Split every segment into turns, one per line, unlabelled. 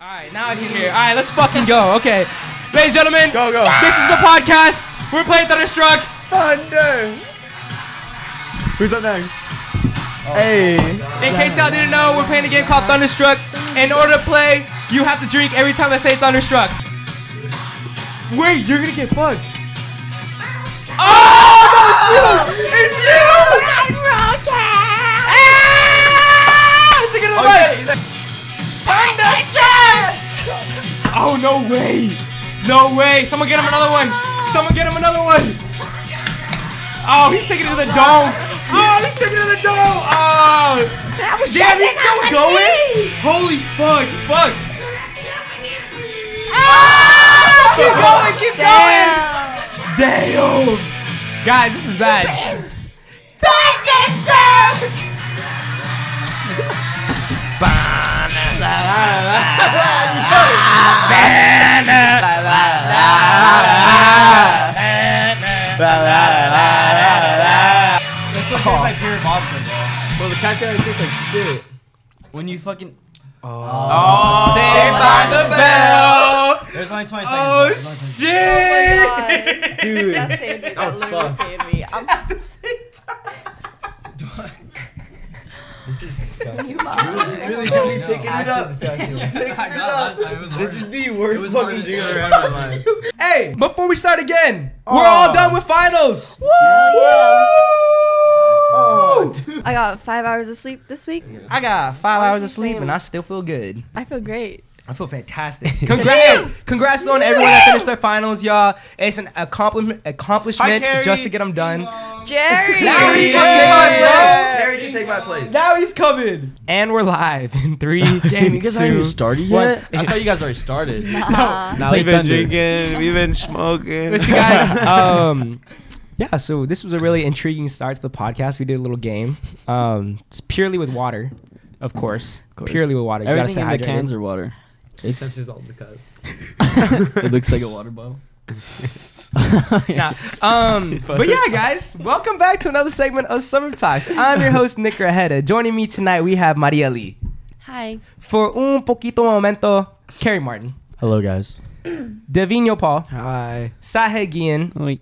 All right, now you're here. All right, let's fucking go. Okay, ladies and gentlemen,
Go, go.
This is the podcast. We're playing Thunderstruck.
Thunder. Who's up next?
Oh,
hey.
In case y'all didn't know, we're playing a game called Thunderstruck. In order to play, you have to drink every time I say Thunderstruck. Wait, you're gonna get bugged. Oh, no, it's you! It's you! I'm Ah! Sing it to the right. Thunderstruck! Oh no way! No way! Someone get him another one! Someone get him another one! Oh, he's taking it to the dome! Oh, he's taking it to the dome! Oh! Damn, he's still going! Holy fuck, he's fucked! Ah! Keep going, keep going! Damn! Guys, this is bad. This one tastes like pure vodka, bro. Well, the cocktail tastes like shit. When you fucking. Oh, saved by the bell.
There's only 20
Oh
seconds. left.
shit!
Dude.
That saved me. That,
was
literally
fun.
saved me. I'm
At the same time.
you mom.
Really gonna be picking it up.
I got last time. It was
This
worse.
is the
It
worst
was
fucking
worse.
dream I've ever had in my life.
Hey, before we start again, we're
Aw.
all done with finals. Oh. Woo!
I got five hours of sleep this week.
I got five
Why is
hours
he
of sleep and
saying-
I still feel good.
I feel great.
I feel fantastic. Congrats, congrats on everyone that finished their finals, y'all. It's an accomplishment, accomplishment
Hi, Carrie.
just to get them done.
Jerry!
Larry!
Harry
Yeah.
can take my
Yeah.
place. Harry can take my place.
Now he's coming. And we're live in three.
Damn, you guys
two,
haven't even started
one.
yet? I thought you guys already started.
Uh,
Now
Play
we've been
Thunder.
drinking, we've been smoking.
Listen, guys. Um, yeah, so this was a really intriguing start to the podcast. We did a little game. Um, it's purely with water, of course.
course.
Purely with water. You gotta
Everything
stay
in the
hydrated.
cans are water. It's,
all the cups.
it looks like a water bottle.
Nah.
uh,
Um, but yeah, guys, welcome back to another segment of Summer Talks. I'm your host, Nick Rajeda. Joining me tonight, we have Maria Lee.
Hi.
For un poquito momento, Carrie Martin,
Hello, guys.
Davino Paul,
Hi.
Sahe Gian,
Wait.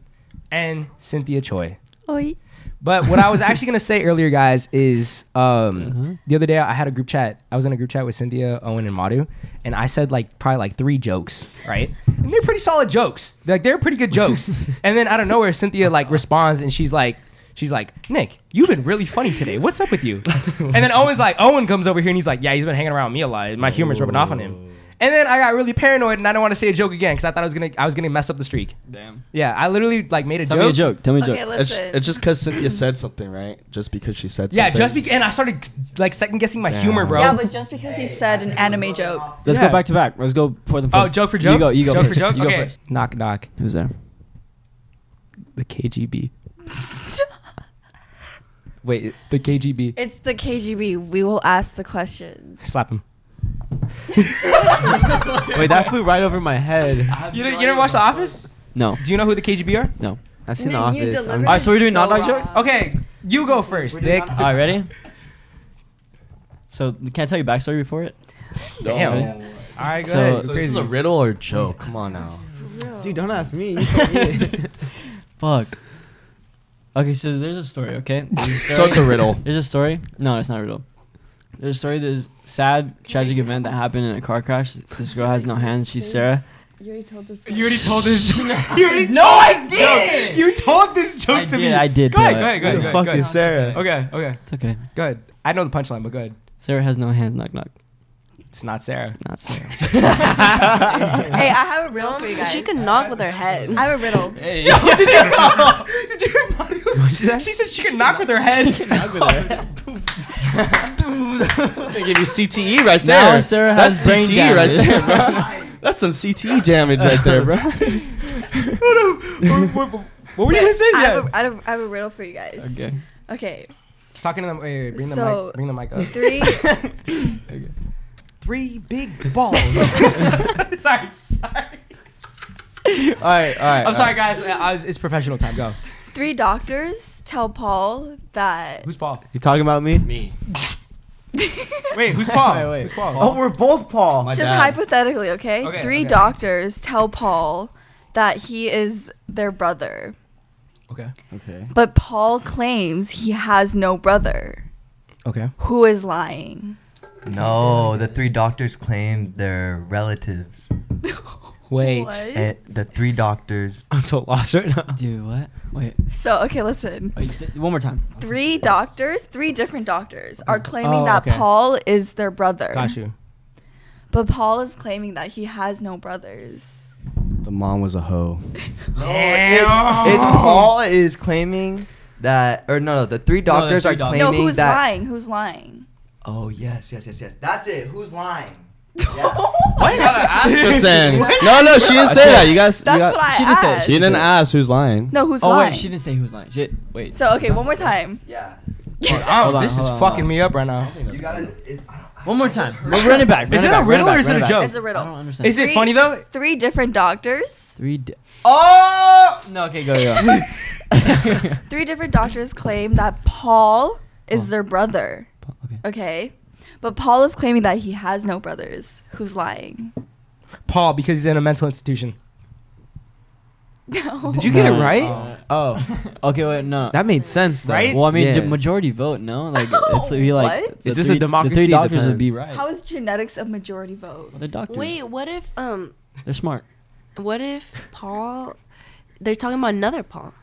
and Cynthia Choi.
Oi.
But what I was actually gonna say earlier, guys, is um,
Mm-hmm.
the other day I had a group chat. I was in a group chat with Cynthia, Owen, and Madu, and I said like probably like three jokes, right? And they're pretty solid jokes. Like they're pretty good jokes. and then out of nowhere, Cynthia like responds and she's like, she's like, Nick, you've been really funny today. What's up with you? and then Owen's like, Owen comes over here and he's like, yeah, he's been hanging around me a lot. My humor's rubbing off on
Oh.
him. And then I got really paranoid and I don't want to say a joke again because I thought I was gonna I was gonna mess up the streak.
Damn.
Yeah, I literally like made a
Tell
joke.
me a joke. Tell me a
Okay,
joke. It's,
listen.
it's just because Cynthia said something, right? Just because she said
Yeah,
something.
just because, and I started like second guessing my
Damn.
humor, bro.
Yeah, but just because he said an anime joke.
Let's
Yeah.
go back to back. Let's go for the.
oh, joke for joke.
You go. You go
Joke
first.
for joke.
You go
okay.
first.
Knock knock.
Who's there?
The KGB. Wait, the KGB.
It's the KGB. We will ask the questions.
Slap him.
Wait, that flew right over my head.
You didn't, you didn't watch The Office?
No,
Do you know who the KGB are?
no. I've
seen The Man, you Office. I'm delivered
All right, so we're doing
so
not knock jokes.
wrong.
Okay, you go first, Nick.
All right, ready? So can I tell you backstory before it?
Damn.
Oh.
All right, go ahead.
So- so
You're
this
crazy.
riddle or joke? Come on now.
Dude, don't ask me. You told me.
Fuck.
Okay, so there's a story, okay? There's a
So it's a riddle.
There's a story. No, it's not a riddle. There's a story. There's sad, tragic event that happened in a car crash. This girl has no hands. She's Sarah.
You already told this.
You already told this. you already no, I did. You told this joke
I
to
did.
me.
I did.
Go ahead.
do
Go
it.
ahead. Go
Who
ahead.
the
go
fuck
ahead,
is Sarah?
Okay. Okay.
It's okay.
Go ahead. I know the punchline, but go ahead.
Sarah has no hands. Knock knock.
It's not Sarah.
Not Sarah.
Hey, I have a riddle for you guys.
She could knock with her head.
I have a riddle.
Yo, did you did you hear Mario? She said she could knock with her head.
It's gonna give you CTE right there.
Now Sarah has
That's
brain
CTE right
damage.
there, bro. That's some CTE damage right there, bro.
what, what- what were you gonna say?
I
Yeah.
have, a, I, have a, I have a riddle for you guys.
Okay.
Okay.
Talking to them. Wait, wait, bring the
So-
mic. Bring the mic up.
Three.
Three big balls. sorry, sorry.
All right, all right.
I'm sorry, guys. I- I was- it's professional time. Go.
three doctors tell Paul that.
Who's Paul?
You talking about me?
Me.
Wait, who's Paul?
Wait, wait.
Who's Paul?
Oh, we're both Paul.
My
Just
dad.
hypothetically, okay?
Okay,
Three
okay.
doctors tell Paul that he is their brother,
Okay.
Okay.
but Paul claims he has no brother.
Okay.
Who is lying?
No, the three doctors claim they're relatives.
Wait.
What?
Eh, the three doctors.
I'm so lost right now.
Dude, what? Wait.
So, okay, listen.
Wait, th- one more time.
Three doctors, three different doctors, are claiming
Oh,
that
okay.
Paul is their brother.
Got you.
But Paul is claiming that he has no brothers.
The mom was a hoe.
It- it's Paul is claiming that, or no, no, the three doctors
three
are
doctors.
No,
claiming
who's
that.
lying? Who's lying?
Oh yes, yes, yes, yes. That's it. Who's lying?
You gotta ask her then. No, no, she didn't say that. You guys. you
That's
got-
what I
she didn't say it.
asked.
She didn't ask who's lying.
No, who's
oh
lying?
wait, she didn't say who was lying. Shit. Wait.
So okay, one more time.
Yeah.
Oh,
Hold on,
this is
hold on,
fucking
hold
me up right now.
You gotta. It, I don't-
One more time. We're running back.
Is it a riddle or is it a joke?
It's a
Oh, I don't
riddle.
understand.
Is it
Three-
funny though?
Three different doctors.
three? Di- oh no. Okay, go go. okay.
Three different doctors claim that Paul is
Oh.
their brother. Okay. But Paul is claiming that he has no brothers. Who's lying?
Paul, because he's in a mental institution.
No.
Did you get it
No.
right? Oh,
Okay, wait, no.
that made sense, though.
Right?
well, I mean,
Yeah.
the majority vote, no? Like, it's it'd be like.
What?
the
Is this a
three- The
democracy?
three doctors would be
Depends.
right.
How is genetics a majority vote?
Well, they're doctors.
Wait, what if um,
They're smart.
what if Paul? They're talking about another Paul.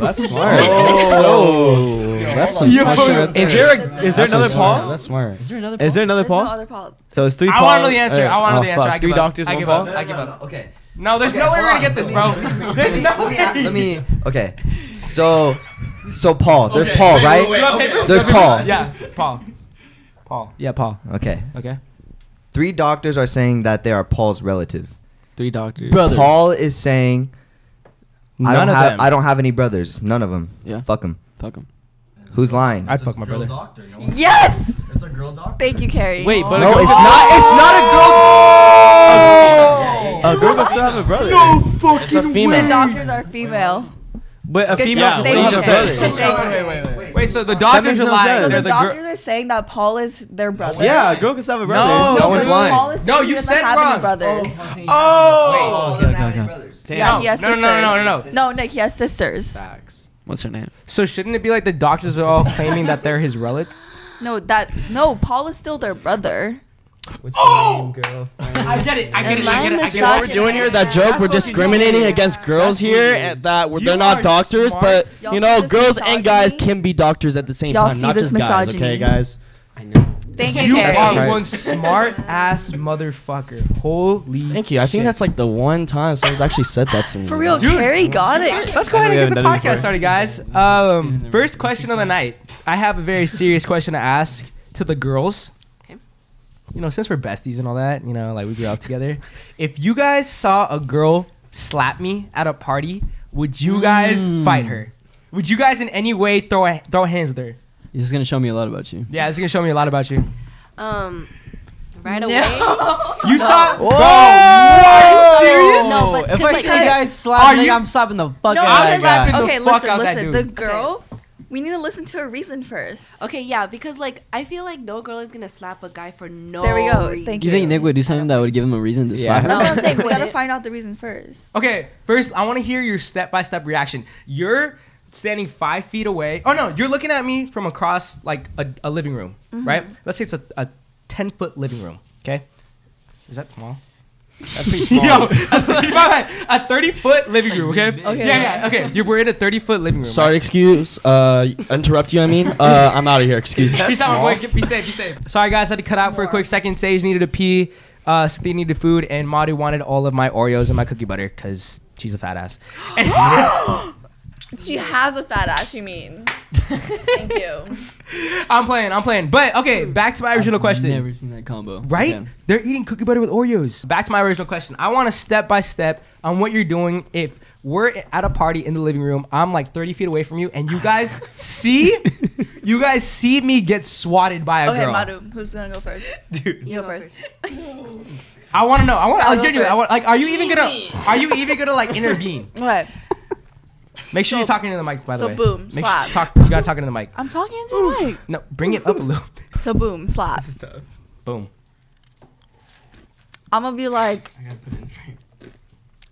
That's smart.
Oh.
That's some smart shit right
Is there a, is there
That's some
another
smart-
Paul?
That's smart.
Is there another?
Is there another
There's
Paul?
no other Paul.
so it's three.
I
Paul,
want to know the answer.
or-
I want
oh,
to know the answer.
fuck.
I give
three
up.
doctors,
I
one
give
Paul.
up. I give up.
Okay.
No, there's no way we're gonna get this, bro. There's no way.
let me-
Let me. Okay. So, so Paul. There's
Okay,
Paul,
wait,
right?
wait,
You want paper?
There's
You want
Paul.
paper? Yeah, Paul. Paul. Yeah, Paul.
Okay.
Okay.
Three doctors are saying that they are Paul's relative.
three doctors? Brothers.
Paul is saying, I
None
don't
of
have,
them.
I don't have any brothers. None of them.
Yeah.
Fuck them.
Fuck 'em.
Who's lying?
I'd fuck my brother.
Doctor, you know?
Yes.
It's a girl doctor.
Thank you, Carrie.
Wait, but
no, it's not. It's not a girl. A girl would still have a brother. No fucking
It's a
the
female.
doctors are female.
But a
Good
female
job.
can
Thank
still have
you,
a
Carrie.
brother.
Thank you.
Wait, so the
makes
doctors are
no
lying.
sense.
So
There's
the
a gr-
doctors are saying that Paul is their brother.
Yeah, a girl can still have a brother.
No
one's
but
lying.
Paul is
No,
saying he
you
doesn't
said
have any
wrong.
Brothers.
Oh.
Okay, okay, okay.
Yeah,
No,
he has
no, no,
sisters.
no, no, no, no.
No, Nick, he has sisters.
What's her name?
So shouldn't it be like the doctors are all claiming that they're his relatives?
No, that no, Paul is still their brother.
Oh! I get it. I
Am I
What we're doing here, that joke, we're discriminating against girls here. and That we're,
You
they're not
are
doctors,
smart.
but
Y'all
you
see
know,
this
girls and guys
misogyny?
can be doctors at the same
Y'all
time,
see
not
this
just guys. Okay,
misogyny?
guys.
Thank you,
You
Carrie.
are
right.
one smart ass motherfucker. Holy.
Thank you. I think
shit.
that's like the one time someone's actually said that to me.
For real,
Dude.
Carrie got it.
Let's go ahead and get the
Haven't done it
podcast started, guys. Um, first question of the night. I have a very serious question to ask to the girls.
Okay.
You know, since we're besties and all that, you know, like we grew up together. If you guys saw a girl slap me at a party, would you guys fight her? Would you guys in any way throw a, throw hands with her?
This is gonna show me a lot about you.
Yeah, it's gonna show me a lot about you.
Um, right away.
You saw, bro.
Whoa.
Are you serious?
No, but
if
'cause,
I
like,
see
I-
you guys
Are
slap, like,
you-
I'm slapping the fuck
No,
out
I'm
of
because
that guy.
slapping the
okay,
fuck
listen,
out that
listen. The
dude.
girl, we need to listen to her reason first.
Okay, yeah, because like I feel like no girl is gonna slap a guy for no.
There we go.
Reason.
Thank
Oh, You think Nick would do something that would give him a reason to slap?
That's
her?
what I'm saying. We
Would
gotta
it?
find out the reason first.
Okay, first I want to hear your step by step reaction. You're standing five feet away. Oh no, you're looking at me from across like a, a living room, right? Let's say it's a, a ten foot living room. Okay, is that small? That's pretty small. Yo, that's pretty small. A thirty foot living room. Okay.
Okay.
Yeah, yeah. Okay, you're we're in a thirty foot living room.
Sorry, excuse. Uh, interrupt you. I mean, uh, I'm out of here. Excuse me.
Right? Peace out, my boy. Be safe. Be safe. Sorry, guys. I had to cut out for a quick second. Sage needed a pee. Uh, Cynthia needed food, and Madu wanted all of my Oreos and my cookie butter because she's a fat ass.
She has a fat ass. You mean? Thank you.
I'm playing. I'm playing. But okay, back to my original question.
Never seen that combo.
Right?
Okay.
They're eating cookie butter with Oreos. Back to my original question. I want to step by step on what you're doing. If we're at a party in the living room, I'm like 30 feet away from you, and you guys see, you guys see me get swatted by a
Okay,
girl.
Madu, who's gonna go first?
Dude,
You go first.
I want to know. I want.
I'll
I'll
go
get you. I
first.
want. Like, are you even gonna? Are you even gonna like intervene?
What?
Make sure you're talking to the mic. By the
so
way.
boom,
Make
slap.
Sure, talk. You gotta talk into the mic.
I'm talking to Mike.
No, bring it up a little. bit.
So boom, slap.
Boom.
I'm gonna be like,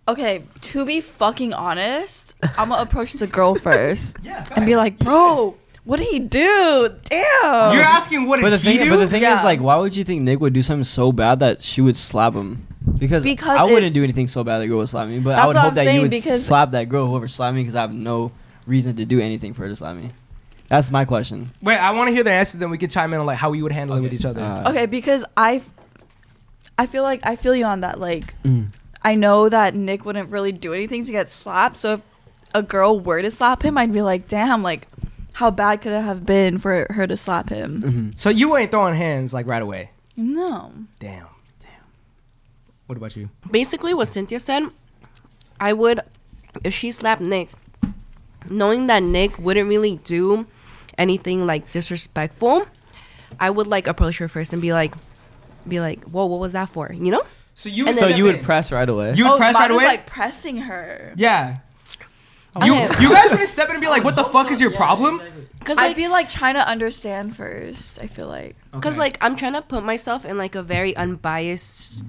okay, to be fucking honest, I'm gonna approach the girl first
Yeah.
and be like, bro, what did he do? Damn.
You're asking what
oh. But
did
the
he
thing,
do?
but the thing
Yeah.
is, like, why would you think Nick would do something so bad that she would slap him? Because,
Because
I
it-
wouldn't do anything so bad that girl would slap me. But I
That's
would
what
hope
I'm
that
saying,
you would
because-
slap that girl whoever slapped me because I have no reason to do anything for her to slap me. That's my question.
Wait, I want to hear the answers. Then we can chime in on like how we would handle it with each other.
Uh,
okay, because I, I feel like I feel you on that. Like,
Mm.
I know that Nick wouldn't really do anything to get slapped. So if a girl were to slap him, I'd be like, damn, like, how bad could it have been for her to slap him?
So you ain't throwing hands like right away.
No.
Damn. Damn. What about you?
Basically, what Cynthia said, I would, if she slapped Nick, knowing that Nick wouldn't really do anything like disrespectful, I would like approach her first and be like, be like, whoa, what was that for? You know?
So you
And
step
then-
you would
in.
press right away.
You would
Oh,
press right
Madu's,
away.
Oh, like pressing her.
yeah. You,
Okay.
you guys would step in and be like, "What the fuck is your problem?"
Because
I'd be like trying to understand first. I feel like.
Because like I'm trying to put myself in like a very unbiased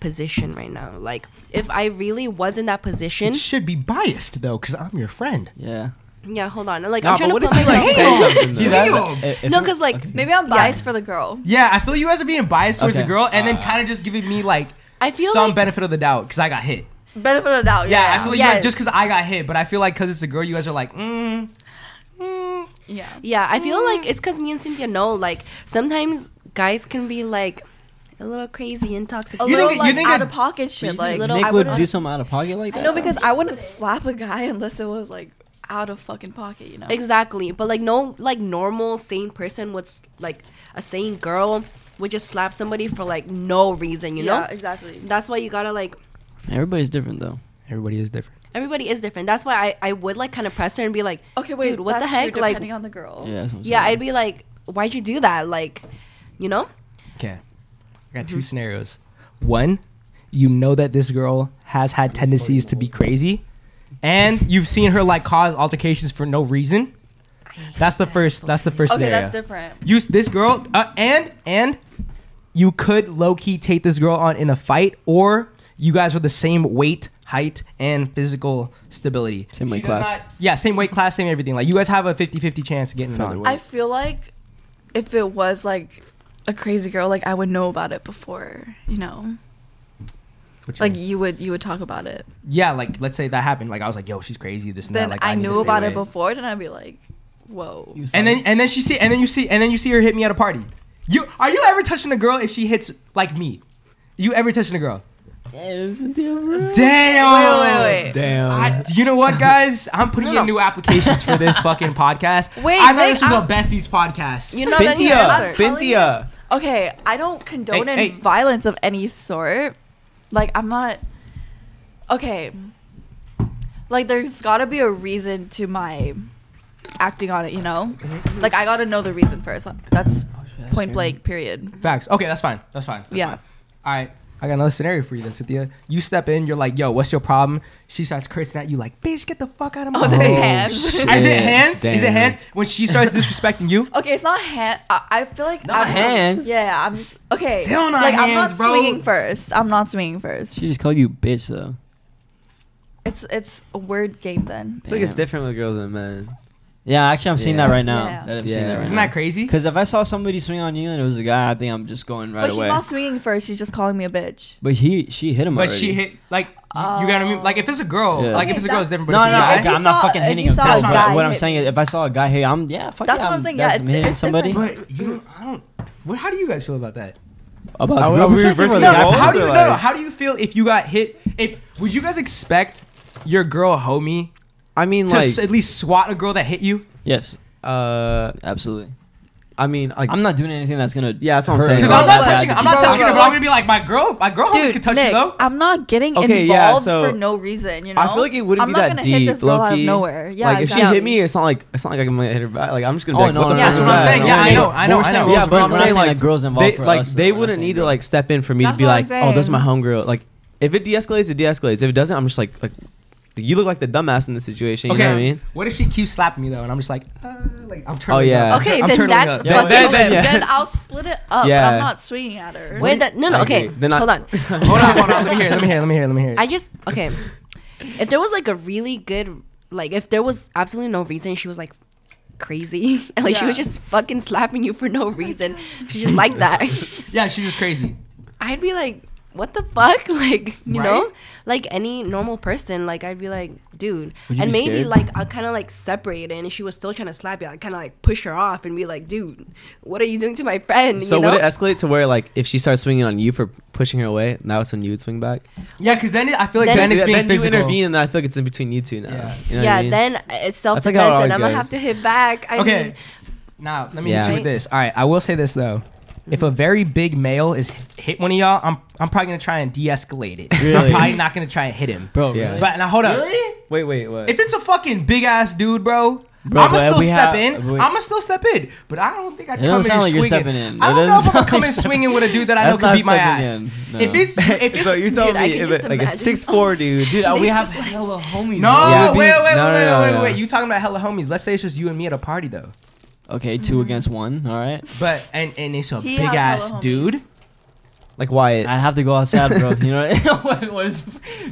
position right now. Like if I really was in that position,
It should be biased though, because I'm your friend.
yeah.
yeah. Hold on, like
Nah,
I'm trying
but
to put
what if you,
myself.
like,
Damn.
hang
in-
Something
See,
though.
Damn.
If- if
no,
it-
because like
Maybe I'm biased for the girl.
Yeah, I feel you guys are being biased towards
Okay.
the girl, and then kind of just giving me like
I feel
some
like-
benefit of the doubt because I got hit.
Benefit of the doubt.
Yeah,
Yeah.
I feel like you guys- just
Yes.
because I got hit, but I feel like because it's a girl, you guys are like, mm, mm.
yeah.
yeah, I feel like it's because me and Cynthia know like sometimes guys can be like a little crazy and toxic.
A
You
little
think- you
like
think
out
a-
of pocket shit. Like
little-
Nick
I
would
wouldn't-
do something out of pocket like
I
that.
know because I wouldn't slap a guy unless it was like out of fucking pocket. You know.
Exactly, but like no like normal sane person would s- like a sane girl would just slap somebody for like no reason. You
yeah.
know.
Exactly.
That's why you gotta like
everybody's different though.
Everybody is different.
everybody is different. That's why I, I would like kind of press her and be like,
Okay. Wait.
dude, what
that's
the heck?
True,
like,
depending on the girl.
Yeah. that's what I'm
yeah,
saying.
I'd be like, why'd you do that? Like, you know?
Okay. I
Mm-hmm.
got two scenarios. One, you know that this girl has had tendencies to be crazy, and you've seen her like cause altercations for no reason. That's the first. That's the first
Okay.
scenario.
That's different.
You s- this girl uh, and and you could low key take this girl on in a fight, or you guys are the same weight, height, and physical stability.
Same
She
weight
does
class.
not- yeah, same weight class, same everything. Like you guys have a 50-50 chance of getting it on.
Featherweight.
I feel like if it was like a crazy girl, like I would know about it before. You know.
What you
Like
mean?
you would you would talk about it.
yeah, like let's say that happened. Like I was like, yo, she's crazy. This and
Then
that. Like
I,
need to
knew
stay
about it
away.
before. Then I'd be like, whoa.
You slap
And
me.
then and then she see and then you see and then you see her hit me at a party. You are you ever touching a girl if she hits like me? You ever touching a girl?
Damn, Cynthia, bro.
Damn.
wait, wait, wait.
Damn.
I, you know what, guys? I'm putting
No,
in
no.
new applications for this fucking podcast.
Wait,
I thought
wait,
this was
I'm-
a besties podcast.
You're not an
Bintia,
answer.
telling you-
Bintia.
Okay, I don't condone
Hey,
any
hey.
violence of any sort. Like I'm not Okay. Like there's got to be a reason to my acting on it, you know?
Mm-hmm.
Like I got to know the reason first. That's
Oh,
point blank period.
Facts. Okay, that's fine. That's fine. That's
Yeah.
fine. All right. I got another scenario for you then, Cynthia. You step in, you're like, yo, what's your problem? She starts cursing at you like, bitch, get the fuck out of my
Oh, then it's
face.
hands.
Is it hands? Is it
Damn.
hands? When she starts disrespecting you,
Okay, it's not hand. I, I feel like I'm,
Not hands.
Yeah, I'm just okay.
Still not
like I'm
hands,
not
bro.
swinging first. I'm not swinging first.
She just called you bitch though.
It's it's a word game then.
Look, it's
Damn.
different with girls and men.
Yeah, actually, I'm seeing
Yeah.
that right now.
Yeah.
That I'm
Yeah.
seeing that right
isn't
now.
that crazy?
Because if I saw somebody swing on you and it was a guy, I think I'm just going right
but
away.
she's not swinging first. She's just calling me a bitch.
but he, she hit him.
But
already.
she hit like you, you gotta move. Like if it's a girl,
Yeah.
like if
Okay,
it's a girl, it's
that's-
different. But
No,
if
no,
it's a
if
I,
guy,
you
I'm not
saw-
fucking
if
hitting
you
him.
saw
That's
a
not
guy
what I'm
hit
saying.
me.
If I saw a guy hit, I'm yeah, fuck
That's
yeah,
what I'm saying. Yeah,
that's
it's,
me hitting
it's
somebody.
different.
But you don't. I don't. What, how do you guys feel about that?
About
Are we-
girl
are we
perspective
reversing
or
the
guy
roles?
How
perspective?
do you
Also,
no,
like-
no, How do you feel if you got hit? If would you guys expect your girl homie
I mean,
to
like,
s- at least swat a girl that hit you?
Yes,
Uh,
absolutely.
I mean, like,
I'm not doing anything that's gonna.
Yeah, that's what I'm
hurt
saying.
Because
her
I'm not
that
Bro,
touching.
bad.
I'm not
bro,
touching
bro.
it. But I'm gonna be like my girl. My
Oh,
girl homies
Dude,
can touch
Nick,
you though.
I'm not getting
Okay,
involved
yeah, so-
for no reason. You know,
I feel like it wouldn't
I'm
be
not
that
gonna
deep.
hit this girl out of
low-key.
nowhere. Yeah,
like if she
exactly.
hit me, it's not like it's not like I'm gonna hit her back. Like I'm just gonna be
Oh,
like,
no,
what the
no,
fuck
no,
is
no,
That's what I'm
that?
saying.
No,
Yeah, I
no.
know. I know.
We're
I
saying
know.
rules
Yeah, but
I'm
we're
saying
saying,
like girls involved.
They,
for
like
us,
they
we're not
wouldn't
saying
need to
girls.
like step in for me
That's
to be
what
like,
I'm
oh, that's
saying.
my homegirl. Like if it de-escalates, it de-escalates. If it doesn't, I'm just like, like you look like the dumbass in this situation. You
okay.
know what I mean? Oh,
What if she keeps slapping me though, and I'm just like, uh, like I'm turning.
yeah.
Up.
Okay,
I'm
then
turning
that's
up.
Yeah,
fucking then- then-
then,
yeah.
I'll split it up. But
Yeah.
I'm not swinging at her.
Wait, that, no, no,
I
okay.
agree. They're not-
Hold on.
Hold on, hold on. Let me hear. it, Let me hear. it, Let me hear. it, Let me hear. it.
I just okay. If there was like a really good like if there was absolutely no reason she was like crazy and like she was
Yeah.
just fucking slapping you for no reason. She just like that.
Yeah, she's just crazy.
I'd be like, what the fuck? Like, you
Right?
know, like any normal person, like I'd be like, dude.
Would you
And
be
maybe
scared?
like I'll kind of like separate it. And if she was still trying to slap you, I'd kind of like push her off and be like, dude, what are you doing to my friend?
So
you know?
would it escalate to where like if she starts swinging on you for pushing her away, and that was when you would swing back?
Yeah, because then it, I feel like
Then
then,
it's-
it's being
then
physical.
you intervene, and I feel like it's in between you two now.
Yeah.
You know what I
yeah,
mean?
then uh, it's self
like
defense
how it
and
always
I'm gonna
goes.
have to hit back. I
Okay.
mean,
Now let me
Yeah.
hit you with this. All right, I will say this though. If
Mm-hmm.
a very big male is hit one of y'all, I'm I'm probably gonna try and de-escalate it. I'm
Really?
probably not gonna try and hit him.
bro.
Yeah.
really?
But now hold up.
wait, wait, what?
If it's a fucking big ass dude, bro,
Bro,
I'ma
but
still
we
step
have-
in.
we-
I'ma still step in. But I don't think I'd
It
come
don't
in
sound like
swinging.
you're stepping in.
I
It
don't know
doesn't
if I'm
sound
gonna
like
come in
you're
swinging with a dude that I know
That's
could
not
beat my
stepping
ass.
in, no.
If it's if it's
so you tell
Dude, I
me
can
if
just
it, like a
imagine.
six four dude,
Dude, we
They
have
just, like-
hella homies.
no,
bro.
Yeah,
wait, wait,
beat-
wait,
no, no,
wait,
no,
wait,
no.
wait. You talking about hella homies? Let's say it's just you and me at a party though.
Okay,
Mm-hmm.
two against one. All right.
But and and it's a
He
big
has
ass
hella homies.
dude.
like Wyatt.
I'd have to go outside, bro. You know what, what is,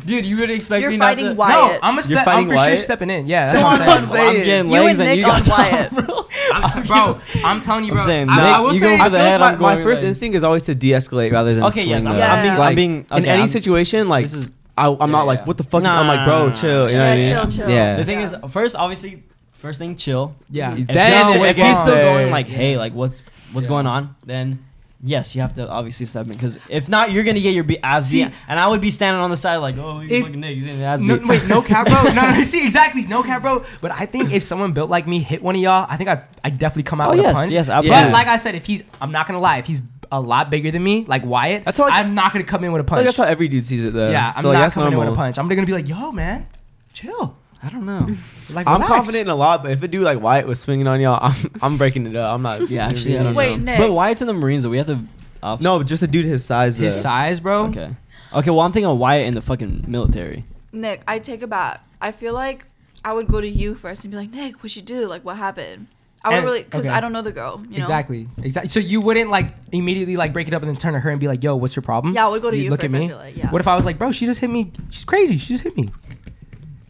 dude? You would expect
You're
me not
fighting
to.
Wyatt.
No, I'm a step. I'm
fighting
for sure
Wyatt?
stepping in. Yeah, that's what I'm saying.
Well, I'm getting
You
legs
and
and
Nick
you
on
got
Wyatt.
I'm, bro, I'm telling you,
I'm
bro.
saying,
I,
Nick,
I will
you
say,
go
I
for
feel
the
like
head,
my,
I'm
my
going
first
like-
instinct is always to de-escalate rather than
Okay,
swing.
yes, I'm-
though.
I'm being-
like,
I'm
being-
in
okay,
any
I'm-
situation like
This is-
I, I'm not
yeah,
like
yeah.
what the fuck.
Nah,
I'm
nah,
like bro,
nah, nah,
chill. You
yeah,
know what I mean?
chill, chill.
Yeah.
The thing is, first, obviously, first thing, chill.
yeah.
If
Then
y'all
if
was
he's still
gone-
going like, hey, like what's what's
Yeah.
going on? Then yes, you have to obviously step in because if not, you're gonna get your be- ass beat, and I would be standing on the side like, oh, you
If-
fucking niggas, getting their ass
No,
beat.
wait, no cap, bro. No, no, see, exactly, no cap, bro. But I think if someone built like me hit one of y'all, I think I'd, I'd definitely come out
Oh,
with
yes,
a punch.
yes,
But
absolutely.
like I said, if he's, I'm not gonna lie, if he's a lot bigger than me, like Wyatt,
That's how, like-
I'm not gonna come in with a punch.
Like, that's how every dude sees it though.
yeah, I'm
so, like,
not
that's
coming in with a
normal.
punch. I'm gonna be like, yo, man, chill.
I don't know.
Like,
I'm
relax.
confident in a lot, but if a dude like Wyatt was swinging on y'all, I'm I'm breaking it up. I'm not.
Yeah, actually, I don't
Wait,
know.
Nick.
But why it's in the Marines though? We have to. off-
No, but just a dude his size.
His
though.
size, bro.
Okay. Okay. Well, I'm thinking of Wyatt in the fucking military.
Nick, I take it back. I feel like I would go to you first and be like, Nick, what'd you do? Like, what happened? I would
And-
really, because
okay.
I don't know the girl. You know?
Exactly. Exactly. So you wouldn't like immediately like break it up and then turn to her and be like, "Yo, what's your problem?"
Yeah, I would go to
You'd
you
Look
first,
at
I
me.
feel like, yeah.
What if I was like, "Bro, she just hit me. She's crazy. She just hit me.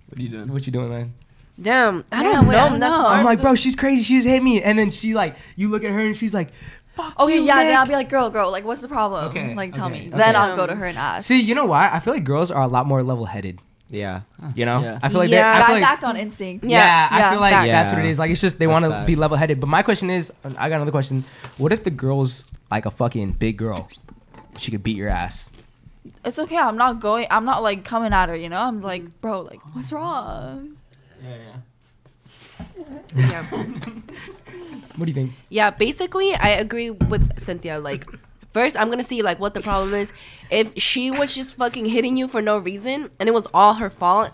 What are you doing?
What you doing, man?"
damn, I don't
Damn, wait,
know.
I don't
That's
know.
hard.
I'm like, "Bro, she's crazy. She just hit me." And then she like, you look at her and she's like, "Fuck
Okay,
you,
Oh, yeah,
Nick."
then I'll be like, girl, girl, like, what's the problem?
Okay,
Like, tell
okay,
me.
okay.
Then I'll go to her and ask.
See, you know why? I feel like girls are a lot more level-headed.
Yeah.
You know,
Yeah.
I feel like they,
Yeah.
I
Guys
feel like,
act on instinct.
Yeah,
Yeah,
yeah,
I feel like
facts.
that's
Yeah.
what it is. Like it's just they
That's
want to be
facts.
level headed. But my question is, I got another question. What if the girl's like a fucking big girl? She could beat your ass.
It's okay. I'm not going, I'm not like coming at her, you know? I'm like, bro, like, what's wrong?
Yeah, yeah.
Yeah.
What do you think?
Yeah, basically, I agree with Cynthia. Like, first, I'm gonna see like what the problem is. If she was just fucking hitting you for no reason and it was all her fault,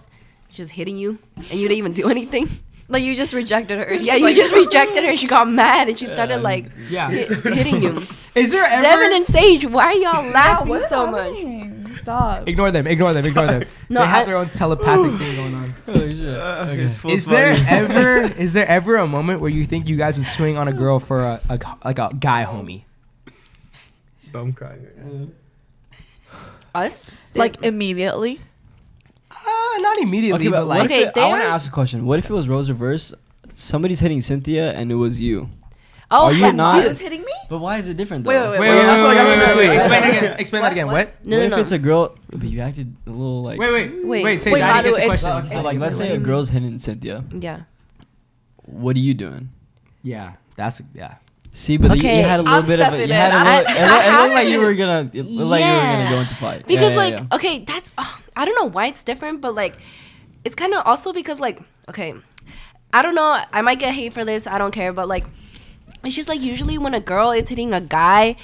just hitting you and you didn't even do anything.
Like, you just rejected her.
Yeah,
She's
you
like-
just rejected her. She got mad and she started like
Yeah.
hi- hitting you.
Is there ever
Devin and Sage, why are y'all
Yeah,
laughing
what is
so much?
happening? Stop.
Ignore them. Ignore them. Ignore them.
No,
they have
I-
their own telepathic thing going on.
Holy shit.
It's full
Is there
swing.
ever is there ever a moment where you think you guys would swing on a girl for a, a g- like a guy homie?
I'm crying. right now.
Us?
Like, immediately.
Uh, not immediately,
Okay,
but,
but
like
what
Okay,
if it, I want to
there's-
ask a question. What if it was roles reverse? Somebody's hitting Cynthia and it was you.
oh,
Are you
but
not-
Dude,
dude.
was hitting me?
But why is it different though?
Wait, wait, wait.
wait,
wait.
wait, wait,
that's what I
wait,
got
wait,
to
wait,
do.
wait. Explain that again. Explain that
What?
again.
What?
What?
No,
what
no,
if
no.
it's a girl? But you acted a little like.
Wait, wait,
Wait.
wait, wait. Sage,
Wait,
I didn't
Madu,
get the
it's-
question.
So like, let's say a girl's hitting Cynthia.
Yeah.
What are you doing?
Yeah, that's yeah.
See, but you- you,
Okay,
had a little
I'm
bit of
stepping
it. You had
in.
a
I-
little.
I
It, looked- it
have
looked like you
to.
were gonna. It looked like you were
Yeah.
gonna go into fight.
because
Yeah, yeah,
like
yeah.
okay that's ugh, i don't know why it's different but like it's kind of also because like okay I don't know. I might get hate for this. I don't care. But like, it's just like usually when a girl is hitting a guy,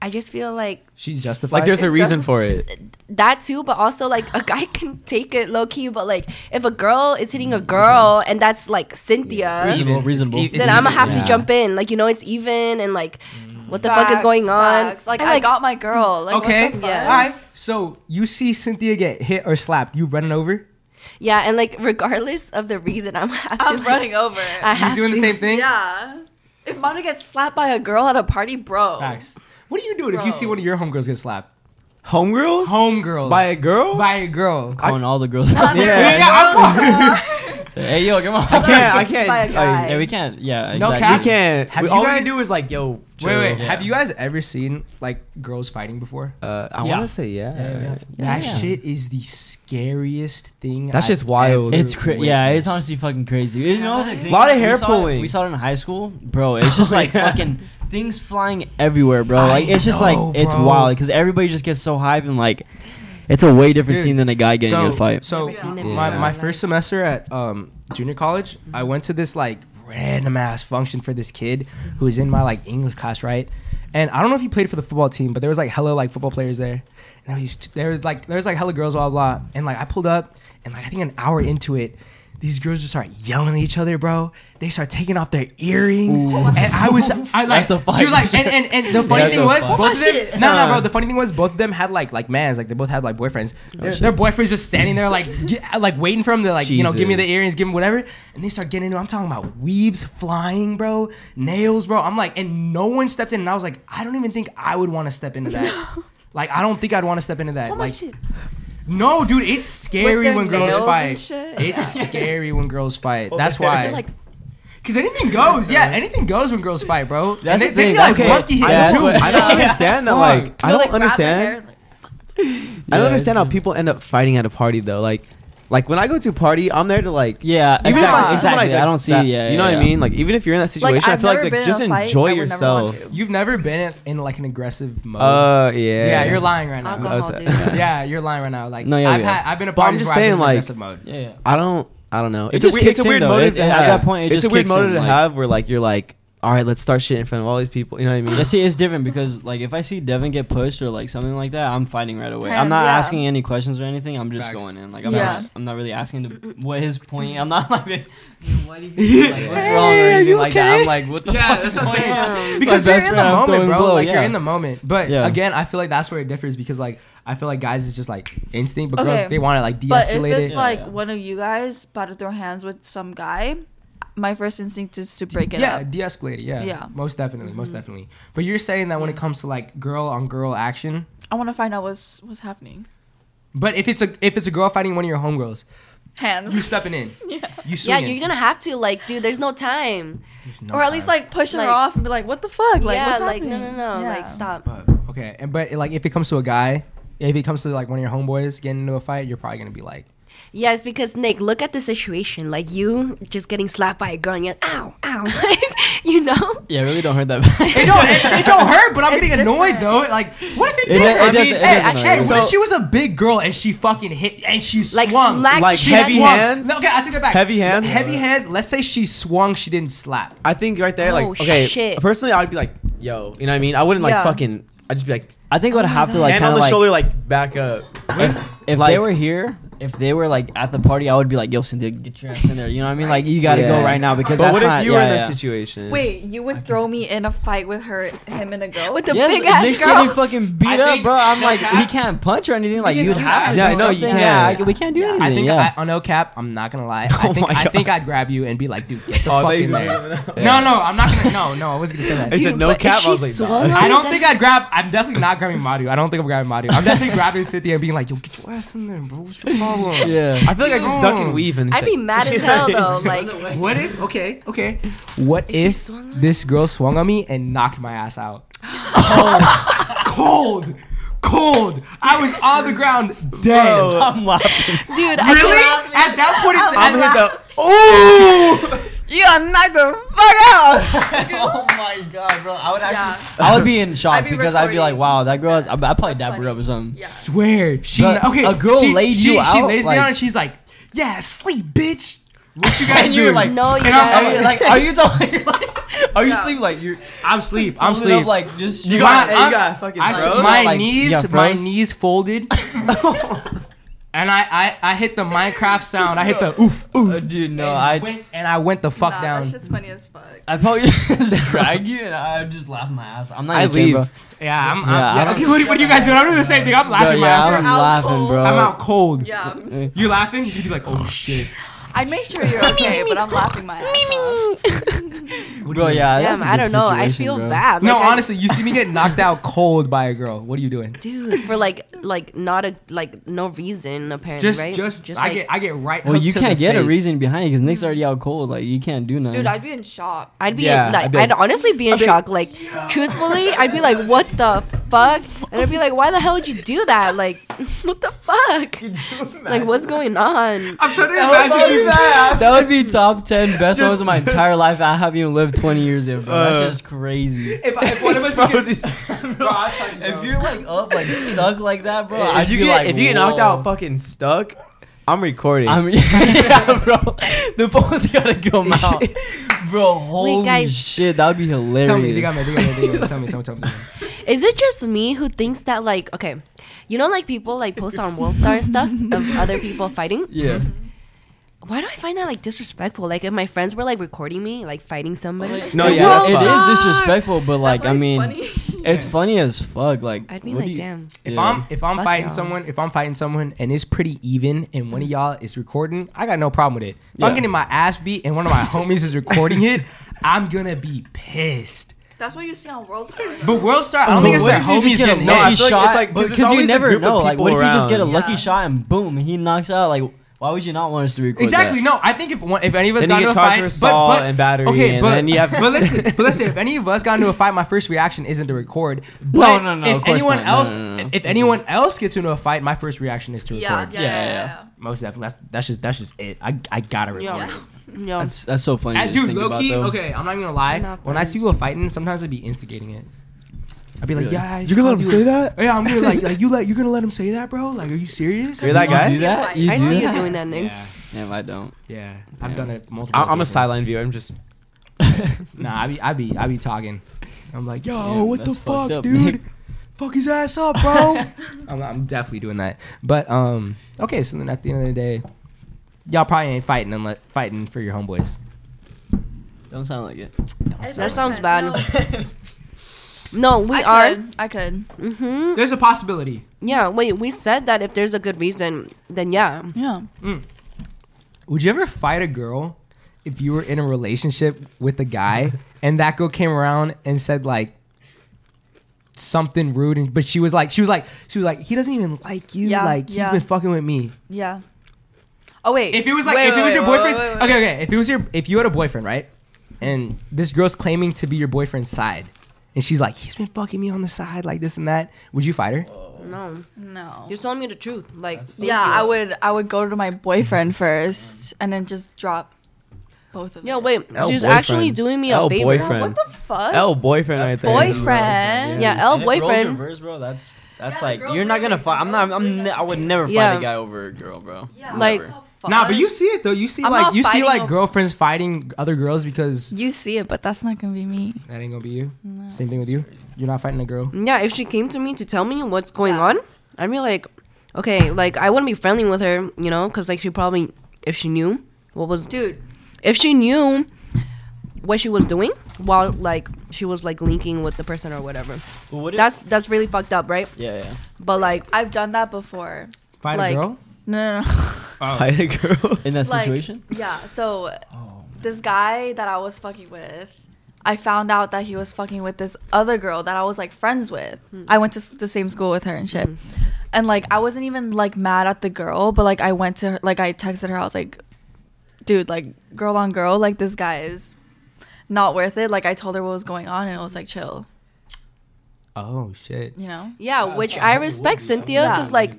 I just feel like
She's justified.
Like there's a
It's
reason
just-
for it.
that too. But also like a guy can take it low key. But like if a girl is hitting a girl
Mm-hmm.
and that's like Cynthia,
Reasonable, reasonable.
It's e-
then I'm gonna have
Yeah.
to jump in. Like you know, it's even and like what the fuck is
Facts,
going on?
facts. Like,
And,
I got my girl. Like,
okay.
What the
Yeah.
fuck?
All right. So you see Cynthia get hit or slapped, you running over?
yeah, and like regardless of the reason, I'm gonna have
I'm
to, like-
running over.
I
You
have
doing
to.
the same thing?
yeah. If Manu gets slapped by a girl at a party, bro.
Facts. What are you doing if you
Bro.
see one of your homegirls get slapped?
Homegirls?
Homegirls.
By a girl?
By a girl.
Calling all the girls.
yeah.
Say, hey, yo, come on.
I can't. I
By a
can't.
guy.
Like,
Yeah, we can't. Yeah,
No
exactly.
cap.
we can't.
Have
we,
you
all
guys-
we do is like, yo.
Wait, wait.
chill.
Have
Yeah.
you guys ever seen like girls fighting before?
Uh, I
Yeah.
want to say yeah.
that shit is the scariest thing.
That's
I've
just wild.
ever
It's cra- yeah, it's
witnessed.
honestly fucking crazy. You know the thing?
Lot of
we
hair
saw it-
pulling.
we saw it in high school, bro. It's just
Oh,
like
yeah.
fucking things flying everywhere, bro.
I
Like it's just
know,
like it's
bro.
wild because everybody just gets so hyped and like it's a way different
Dude,
scene than a guy getting
so,
in a fight.
So
Never seen it
my,
before.
my
Yeah.
first semester at um, junior college, I
Mm-hmm.
went to this like random ass function for this kid who was in my like English class, right? And I don't know if he played for the football team, but there was like hella like football players there, and there was there was like there was like hella girls, blah blah. blah. And like I pulled up, and like I think an hour into it. These girls just start yelling at each other, bro. They start taking off their earrings, and I was, I like,
That's a
she was
fight.
like, and, and, and the funny
That's
thing
a
was, Oh,
fight.
both of them, no, no, bro. The funny thing was, both of them had like, like mans, like they both had like boyfriends.
Oh,
Their, their boyfriends just standing there, like, get, like waiting for them to, like, you know, give me the
Jesus.
earrings, give me whatever. And they start getting into. it. I'm talking about weaves flying, bro, nails, bro. I'm like, and no one stepped in, and I was like, I don't even think I would want to step into that. like, I don't think I'd want to step into that. like, no, dude, it's scary
their
when girls
nails and
fight.
shit?
It's scary when girls fight. That's
They're
why.
like-
Cause anything goes, yeah. Anything goes when girls fight, bro.
That's
and
the
they, they
thing,
get, like
okay.
monkey hit
Yeah,
too.
that's what-
I don't understand that. Like, I
No,
don't
they grab their hair
understand.
and, like,
I
Yeah,
don't understand how
it's-
people end up fighting at a party though. Like, like when I go to a party, I'm there to like.
yeah,
Even if I
exactly.
see someone
exactly.
like
I don't see.
that-
yeah,
you know
yeah,
what I
yeah.
mean. Like, even if you're in that situation,
Like,
I
I've
feel like,
never been
like
in
just
a fight,
enjoy
I would never want
yourself.
to.
You've never been in, in like an aggressive mode.
Oh,
Uh, yeah.
yeah, you're lying right now.
Alcohol,
Okay.
dude.
Yeah, you're lying right now. Like,
No, yeah,
I've
yeah.
had, I've been a
But I'm
part of
just
where I've been in
saying, like-
aggressive mode.
Yeah, yeah.
I don't. I don't know. It's,
just
a weird,
kicks
it's a
in,
weird
though.
motive
It-
to
at
have.
that point, it
it's a
just
weird
kicks
motive
in,
to
like-
have where like you're like, all right, let's start shit in front of all these people. You know what I mean?
Yeah, see, it's different because like if I see Devin get pushed or like something like that, I'm fighting right away. I'm
Hands,
not
yeah.
asking any questions or anything. I'm just
Facts.
going in. Like I'm
Yeah.
not. I'm not really asking to, what his point. I'm not like, what do you, like what's wrong or anything like that. I'm like, what the fuck is going on?
Damn.
because
My
you're
best
in the
friend, I'm
moment,
throwing
bro.
blow,
like you're
yeah.
in the moment. But
Yeah.
again, I feel like that's where it differs because like I feel like guys is just like instinct, but
Okay.
girls they want to like
But if
de-escalate
it's
it.
Yeah,
like
yeah.
one of you guys about to throw hands with some guy, my first instinct is to break it
yeah,
up.
de-escalate it. Yeah,
Yeah.
most definitely, most definitely. But you're saying that when it comes to like girl on girl action,
I want to find out what's what's happening.
but if it's a if it's a girl fighting one of your homegirls, you
Hands,
stepping in, you
Yeah,
swinging.
you're gonna have to like, dude. There's no time.
There's no
or at least
time.
like pushing her
Like-
off and be like, "What the fuck? Like,
yeah,
what's
like
happening?"
no, no, no,
Yeah.
like stop.
But, okay, and but like if it comes to a guy, if it comes to like one of your homeboys getting into a fight, you're probably gonna be like,
Yes, because Nick, look at the situation. Like you just getting slapped by a girl and you're like, ow, ow, like you know.
Yeah, really don't hurt that. bad.
it don't, it, it don't hurt, but I'm getting annoyed
different.
though. Like, what if it
It
did?
do-
hurt?
it
I mean,
doesn't- it
hey,
doesn't
hey,
hurt.
what if
So-
she was a big girl and she fucking hit and she
Like
swung?
smack
Like
she
heavy
swung.
hands.
No, okay, I take that back.
Heavy hands?
Heavy hands. Let's say she swung, she didn't slap.
I think right there, like,
Oh,
okay,
shit.
personally, I'd be like, yo, you know what I mean? I wouldn't like
Yeah.
fucking. I'd just be like,
I think I would have to like
hand on
kind of
the
like
shoulder, like back up.
if, if they
like-
were here, if they were like at the party, I would be like, yo, Cynthia, get your ass in there. You know what I mean? Like you gotta
Yeah.
go right now because
But
that's
what if
not-
you were
yeah,
in that
yeah.
situation?
Wait, you would throw me in a fight with her, him and a girl?
With the
Yes,
big ass
Nick's
girl.
getting fucking beat
I
up,
think-
bro. I'm
no
like,
cap.
he can't punch or anything. Like, you'd have to.
Yeah,
do
no, you
something.
can't.
Yeah, I c- we can't do anything.
I think
yeah.
I, on no cap, I'm not gonna lie. I
Oh
think
my
I
God.
think I'd grab you and be like, dude, get the
Oh,
fuck
they-
in there. No, no, I'm not gonna. No, no, I wasn't gonna say that.
They said
Dude,
no
but if
cap. I
she
was like,
swung
nah.
on
I
you,
don't
that's-
think I'd grab. I'm definitely not grabbing Madu. I don't think I'm grabbing Madu. I'm definitely grabbing Cynthia and being like, "Yo, get your ass in there, bro. What's your problem?"
yeah.
I feel like I just duck
Dude.
and weave. And
I'd be mad as hell though. Like
What if? Okay, okay. What
she
if,
swung on
this girl swung on me and knocked my ass out? cold, cold. I was on the ground, dead.
Bro, I'm laughing.
dude, I
Really?
can't.
At that point, it's
I'm
at-
gonna hit the. Ooh!
oh my god, bro. I would
yeah.
I would be in shock
I'd be
because I'd be like,
recording.
wow, that girl. Is, I, I probably
That's
dab her
funny.
up or something.
Yeah.
swear she
But
okay.
a girl
she,
laid
she,
you
She
out,
lays me
like-
down and she's like, "Yeah, sleep, bitch."
What you guys
And you were
doing?
like, no, you
And I'm- I'm
guys-
like, are you talking? You're like, are you sleep? Like you're.
I'm sleep. I'm
holding up,
sleep.
Like just.
You got-
I'm-
you got
fucking.
I, s- my knees, my knees folded, and I, I, I hit the Minecraft sound. I hit the oof oof.
dude, no,
and
I
went, and I went the fuck
nah,
down.
That shit's funny as fuck.
I probably just drag you and I would just laugh my ass. I'm not.
I
even kidding,
leave.
bro.
Yeah, I'm. I'm
Yeah, I
yeah,
don't-
okay, what, what are you guys doing? I'm doing the same thing. I'm laughing
Bro,
my
yeah,
ass.
You're
I'm
out
laughing,
cold.
bro.
I'm out cold.
Yeah,
You laughing? You'd be like, oh shit.
I'd make sure you're okay, but I'm laughing my ass off.
Bro, yeah.
Damn,
that's a
I don't
good
know. I
situation,
feel
bro.
bad.
no,
Like, I-
honestly, you see me get knocked out cold by a girl. What are you doing?
dude, for like, like not a like no reason apparently,
Just,
right?
just, I
like,
get, I get right.
Well,
hooked
you
to
can't
the
get a
face.
reason behind it because
Mm.
Nick's already out cold. Like you can't do nothing.
Dude, I'd be in shock.
I'd be
Yeah,
like,
I'd
I'd,
be like-
honestly be in
I'd be-
shock. Like, truthfully, I'd be like, what the fuck? And I'd be like, why the hell would you do that? Like, what the fuck? Like, what's going on?
I'm trying to imagine you.
that would be top ten best moments of my entire life. I haven't even lived twenty years yet, bro.
Uh,
That's just crazy.
If, I- if one of us
Exposing-
Bro, I'll tell you, bro.
If you're like up, like stuck like that, bro, I'd
if you
be
get
like,
if you get knocked
whoa.
out fucking stuck, I'm recording.
I'm yeah, bro. The phone's gotta come out, bro. Holy
guys.
shit, that would be hilarious.
Tell me, they got me, they got me, they got me. Tell me, tell me, tell me.
Is it just me who thinks that, like, okay, you know, like people like post on World Star stuff of other people fighting?
Yeah.
Why do I find that like disrespectful? Like, if my friends were like recording me, like fighting somebody,
No, yeah, that's
it
fine.
is disrespectful, but
That's
like,
why
I mean,
it's funny.
it's funny as fuck. Like,
I'd be
what do
like,
you-
damn.
If
Yeah.
I'm if I'm
Fuck
fighting
y'all. Mm.
someone, if I'm fighting someone and it's pretty even and one of y'all is recording, I got no problem with it. If I'm
Yeah.
getting my ass beat and one of my homies is recording it, I'm gonna be pissed.
That's what you see on World Star.
But World Star, I don't think it's
What
their
if you just
homies
get a
getting
lucky
hit.
I feel like
shot?
it's like- 'cause
because
it's
you
always a
never
group of
know. Like,
people
what if you just get a
around.
lucky
Yeah.
shot and boom, he knocks out? Like, why would you not want us to record?
Exactly.
that?
No, I think if one, if any of us
Then
got
you
into
get
a
charged
fight,
for
but,
assault
but,
and battery,
okay,
and
but,
then you have-
but listen, but listen. If any of us got into a fight, my first reaction isn't to record. But
no, no,
If
of course
anyone
not. No,
else,
no, no, no.
if anyone else gets into a fight, my first reaction is to record.
Yeah, yeah, yeah,
yeah,
yeah.
yeah.
Most definitely. That's that's just that's just it. I I gotta record.
Yeah.
it.
Yeah.
That's that's so funny.
I,
to just
dude,
think
low
about,
key.
though.
Okay, I'm not even gonna lie.
Not
When I see
friends.
people fighting, sometimes I'd be instigating it. I'd be like,
Really?
yeah,
You gonna let him say that?
Yeah, I'm gonna like, like you let you're gonna let him say that, bro? Like, are you serious?
You're that
I
You do
guy.
see
that?
it.
You
I
do
see you
that?
doing that, Nick.
Yeah,
Damn, I don't.
yeah. I've done it multiple.
I- I'm a
occasions.
sideline viewer. I'm just
Nah, I be I be I be talking. I'm like, yo,
Damn,
what the
that's fucked
fuck,
up,
dude?
Nick.
fuck his ass up, bro. I'm, I'm definitely doing that. But um, okay. So then at the end of the day, y'all probably ain't fighting unless fighting for your homeboys.
Don't sound like it.
That sounds bad.
No,
No,
I
we are.
Could. I could.
hmm
There's a possibility.
Yeah, wait, we said that if there's a good reason, then yeah.
Yeah.
Would you ever fight a girl if you were in a relationship with a guy and that girl came around and said like something rude and but she was like she was like she was like he doesn't even like you
Yeah,
like he's
yeah.
been fucking with me.
Yeah. Oh wait.
If it was like
Wait,
if it
wait,
was your
wait, wait,
boyfriend's
wait, wait,
okay okay if it was your if you had a boyfriend right and this girl's claiming to be your boyfriend's side and she's like he's been fucking me on the side like this and that would you fight her?
No.
No.
You're telling me the truth. Like, thank
Yeah,
you.
I would. I would go to my boyfriend first, and then just drop both of them.
Yeah, wait.
L
she's
boyfriend.
actually doing me a
L
favor.
Oh, boyfriend.
What the fuck?
L boyfriend right there.
boyfriend.
Yeah, L
And if roles
boyfriend.
reverse, bro. That's that's
Yeah,
like
the girl
you're not gonna
doing it,
fight.
the
I'm not.
girl's
I'm.
doing
Ni-
that
I would
shit.
never fight
Yeah.
a guy over a girl, bro.
Yeah.
Like-
Never.
Nah, but you see it though. You see
I'm
like
not
you see
fighting
like
over-
girlfriends fighting other girls because
You see it, but that's not gonna be me.
That ain't gonna be you. Same thing with you. You're not fighting a girl.
Yeah, if she came to me to tell me what's going on, I'd be like, okay, like, I wouldn't be friendly with her, you know, because, like, she probably, if she knew what was. Dude. If she knew what she was doing while, like, she was, like, linking with the person or whatever.
But what if-
That's that's really fucked up, right?
yeah, yeah.
But, like,
I've done that before.
Fight
Like-
a girl?
No, no, no.
Fight a girl.
In that
Like-
situation,
yeah. So
Oh,
this guy that I was fucking with, I found out that he was fucking with this other girl that I was like friends with. I went to s- the same school with her and shit. And like I wasn't even like mad at the girl, but like I went to her, like I texted her. I was like, dude, like girl on girl, like this guy is not worth it. Like I told her what was going on, and it was like chill,
Oh shit.
you know.
Yeah, which I respect Cynthia because like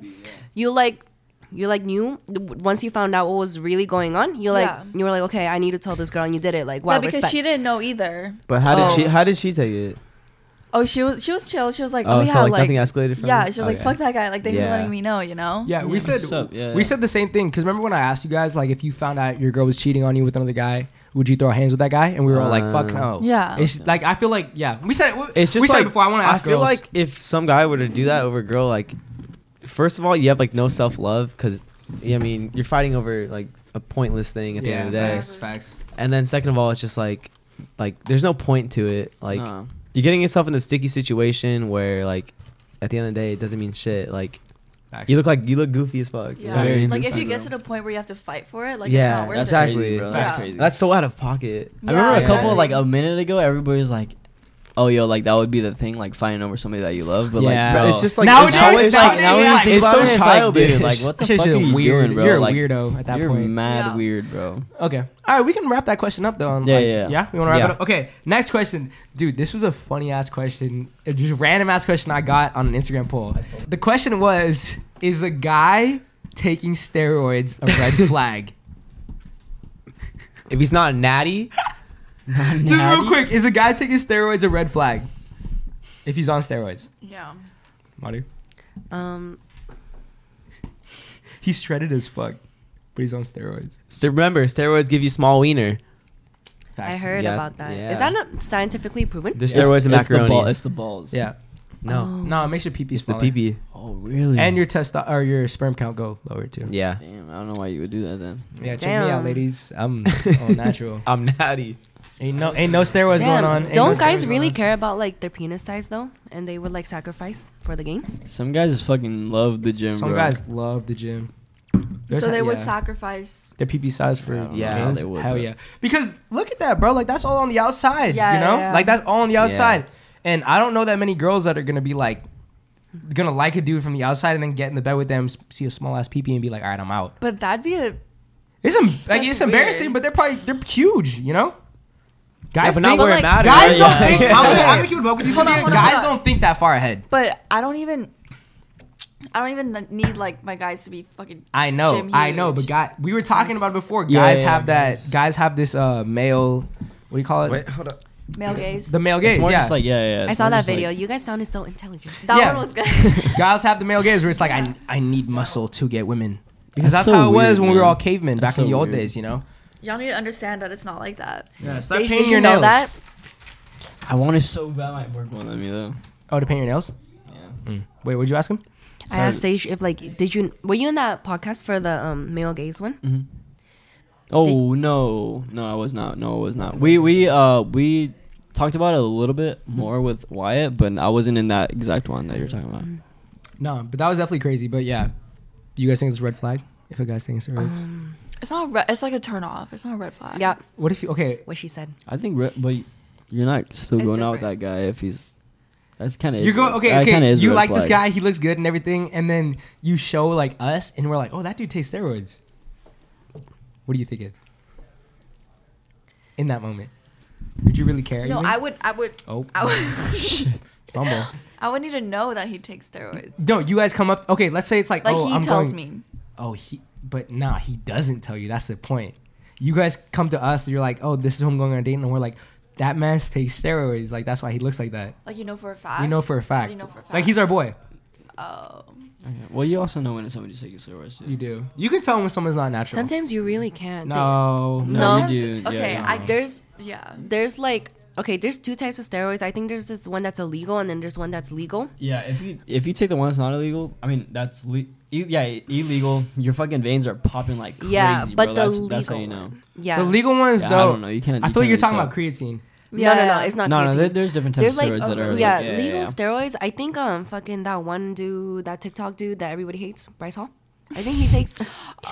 you like you like knew once you found out what was really going on, you like
Yeah.
you were like, okay, I need to tell this girl, and you did it. Like, wow,
yeah, because
respect.
she didn't know either.
But how did
Oh.
she? How did she take it?
Oh, she was she was chill. She was like,
Oh, so,
oh, yeah,
like,
like,
nothing escalated from
Yeah,
it?
she was like,
Okay.
fuck that guy. Like thanks
Yeah.
for letting me know. You know.
Yeah, we said
Sup, yeah,
we
yeah.
said the same thing because remember when I asked you guys like if you found out your girl was cheating on you with another guy, would you throw hands with that guy? And we were all like, "Fuck
Uh,
no."
Yeah.
it's like I feel like yeah, we said it.
It's just
we
like
said it before. I want to ask.
feel
girls,
like if some guy were to do that over a girl, like first of all, you have like no self love because I mean you're fighting over like a pointless thing at the end of the day.
facts, facts.
And then second of all, it's just like like there's no point to it. Like
No.
you're getting yourself in a sticky situation where like at the end of the day, it doesn't mean shit. Like
Facts.
you look like you look goofy as fuck.
Yeah.
Very
Like if
different,
you get
bro.
to the point where you have to fight for it, like
yeah,
it's not worth
exactly.
it.
That's crazy, bro.
Yeah.
That's crazy.
That's so out of pocket.
Yeah.
I remember a
Yeah.
couple like a minute ago, everybody was like, "Oh, yo, like that would be the thing, like fighting over somebody that you love." But
Yeah.
like, bro,
It's just like
Nowadays-
it's always, like,
nowadays,
now when you
like,
think
it's
about
so
it, it's
childish.
Like, dude, like
Like, what the
Shit,
fuck are
you're
you
weird.
doing, bro?
You're a
like,
weirdo at that
you're
point.
mad
Yeah.
weird, bro.
Okay. All right, we can wrap that question up though. on,
Yeah,
like-
yeah, yeah.
We want to wrap it
Yeah.
up. Okay. Next question, dude. This was a funny ass question. It was Just a random ass question I got on an Instagram poll. The question was: Is a guy taking steroids a red flag?
if he's not natty,
Just real quick, is a guy taking steroids a red flag? If he's on steroids,
Yeah.
Madu.
Um,
He's shredded as fuck, but he's on steroids.
so remember steroids give you small wiener.
I
Facts.
heard
yeah,
about that. Is
yeah.
that not scientifically proven?
There's steroids and
It's the,
macaroni.
ball, it's the balls.
Yeah.
no,
No, it makes your pee pee
it's the pee pee.
Oh, really?
And your test or your sperm count go lower too.
Yeah.
Damn, I don't know why you would do that then.
Yeah, check me out,
Damn.
ladies. I'm
Oh,
all natural.
I'm natty.
Ain't no, ain't no steroids
Damn.
going on. Ain't no
Don't
steroids
guys
going
really
on.
care about like their penis size though? And they would like sacrifice for the gains?
Some guys just fucking love the gym,
Some
bro.
guys love the gym. There's
so
a-
they would
yeah.
sacrifice.
their PP size for
I don't know
Yeah.
how
games.
they would,
Hell
but-
yeah! Because look at that, bro. Like that's all on the outside.
Yeah,
you know,
yeah, yeah.
like that's all on the outside. And I don't know that many girls that are gonna be like, gonna like a dude from the outside and then get in the bed with them, s- see a small ass PP and be like, all right, I'm out.
But that'd be a
It's em- like
That's
it's embarrassing,
weird.
but they're probably they're huge. You know, guys.
but not
think-
where
like,
it matters.
Guys don't
Yeah.
think.
Yeah.
I'm gonna- I'm gonna keep it buck with you.
Hold on,
Sophia.
hold on,
Guys
hold on.
don't think that far ahead.
But I don't even. I don't even need like my guys to be fucking.
I know,
Gym
I know, but
huge.
guy, we were talking about it before.
Yeah,
Guys
yeah, yeah.
have that. Guys have this uh male. What do you call it?
Wait, hold up.
male gaze.
The male gaze.
It's more
yeah.
just like, yeah, yeah. yeah,
I
it's
saw
more
that
just, like-
video. you guys sounded so intelligent.
that
yeah.
one was good.
guys have the male gaze where it's like I, I need muscle to get women because that's,
That's so
how it was
weird,
when we were
man.
all cavemen
That's
back in
so
the old
weird.
days, you know.
Y'all need to understand that it's not like that.
Yeah,
Sage, did you know that?
I wanted so bad my work one on me though.
Oh, to paint your nails.
Yeah.
Wait, would you ask him?
I asked Sage if like did you were you in that podcast for the um, male gaze one?
Oh no, no, I was not. No, I was not. We we uh we talked about it a little bit more with Wyatt, but I wasn't in that exact one that you're talking
Mm-hmm.
about.
No, but that was definitely crazy. But yeah, you guys think it's a red flag if a guy's thinking steroids?
Um,
It's not. A re- it's like a turn off. It's not a red flag.
Yeah,
what if you? Okay,
what she said.
I think, re- but you're not still
It's
going out with that
different.
guy if he's. That's kind of
you go.
Uh,
Okay, okay. You like this guy? He looks good and everything, and then you show like us, and we're like, oh, that dude takes steroids. What do you think? It. In that moment, would you really care? you
No,
think?
I would. I would.
Oh,
I would.
fumble.
I would need to know that he takes steroids.
No, you guys come up. Okay, let's say it's like,
Like
oh,
he
I'm
tells
going-
me.
Oh, he. But nah, he doesn't tell you. That's the point. You guys come to us. You're like, oh, this is who I'm going on a date, and we're like, that man takes steroids. Like that's why he looks like that.
Like you know for a fact.
We know for a fact.
you know for a
Like he's our boy.
Oh.
Well, you also know when somebody's taking steroids.
You
Too.
do. You can tell when someone's not natural.
Sometimes you really can't.
no.
No. No.
you do. Yeah,
Okay.
yeah.
I get.
There's
Yeah.
there's like okay, there's two types of steroids. I think there's this one that's illegal and then there's one that's legal.
Yeah, if you if you take the one that's not illegal, I mean that's le- e- yeah illegal. Your fucking veins are popping like crazy.
Yeah, but
bro.
the
that's,
legal
that's how you know.
Yeah.
The legal ones
Yeah,
though.
I don't know. You can't.
I
you
feel like you're
can't really
talking
tell.
about creatine.
no, no, no, it's not.
No, no,
creatine.
there, there's different types
there's
of
like
steroids
uh,
that
oh,
are like-
yeah,
yeah, yeah,
legal
yeah.
steroids. I think um fucking that one dude, that TikTok dude that everybody hates, Bryce Hall. I think he takes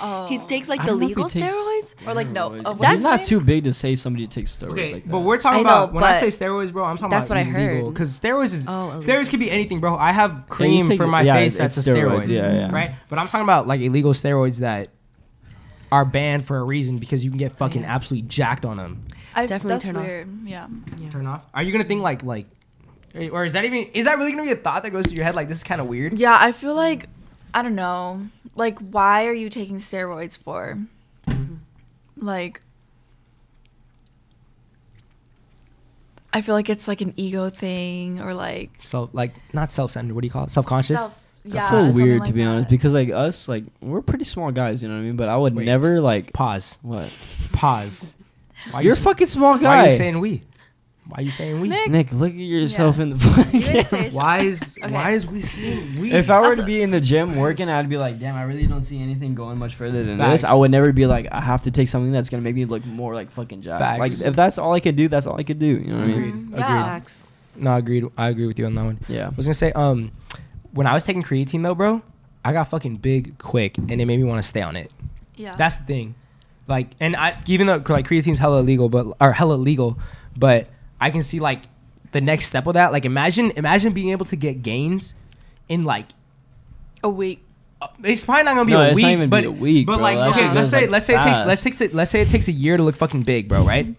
Oh.
he takes like
I
the
don't know if he
legal
takes
steroids.
Or like no.
steroids.
oh,
But
what's
it's
his
not
name?
too big to say somebody takes steroids
Okay,
like that.
but we're talking
I know,
about when I
but
say steroids, bro. I'm talking
that's
about
what I heard.
illegal because steroids is
Oh, illegal
steroids could be anything, bro. I have cream
take-
for my
yeah,
face
it's-
that's a
it's steroids,
steroid,
yeah, yeah.
right? But I'm talking about like illegal steroids that are banned for a reason because you can get fucking
Yeah.
absolutely jacked on them.
I,
Definitely
that's
turn off.
weird. Yeah.
Turn off. Are you gonna think like like, or is that even is that really gonna be a thought that goes through your head? Like this is kind of weird.
Yeah. I feel like I don't know. Like, why are you taking steroids for? Like. I feel like it's like an ego thing or like
So like not self-centered. What do you call it? Self-conscious.
Self-
That's
yeah,
so
something
weird
like
to be
that.
honest, because like us, like we're pretty small guys, you know what I mean. But I would
Wait.
never like
pause.
What?
Pause. Why
You're
you-
a fucking small guy.
Why are you saying we? Why are you saying we?
Nick, look at yourself in the fucking. camera.
Why is
Okay.
why is we saying we?
If I were to be in the gym working, I'd be like, damn, I really don't see anything going much further than
Facts.
this. I would never be like, I have to take something that's gonna make me look more like fucking Jack.
Facts.
Like if that's all I could do, that's all I could do. You know what I mean?
agreed.
Mm-hmm. Yeah.
No, I agreed. I agree with you on that one.
Yeah.
I was gonna say, um, when I was taking creatine though, bro, I got fucking big quick, and it made me want to stay on it.
Yeah.
That's the thing. Like, and I even though like creatine's hella illegal, but or hella legal, but I can see like the next step of that. Like, imagine imagine being able to get gains in like
a week.
uh, it's probably not gonna be
No,
a
it's
week,
not even
but
be a week,
but
bro.
like
That
okay,
shit
let's
goes,
say
like,
let's say it takes
fast.
let's takes it let's say it takes a year to look fucking big, bro, right?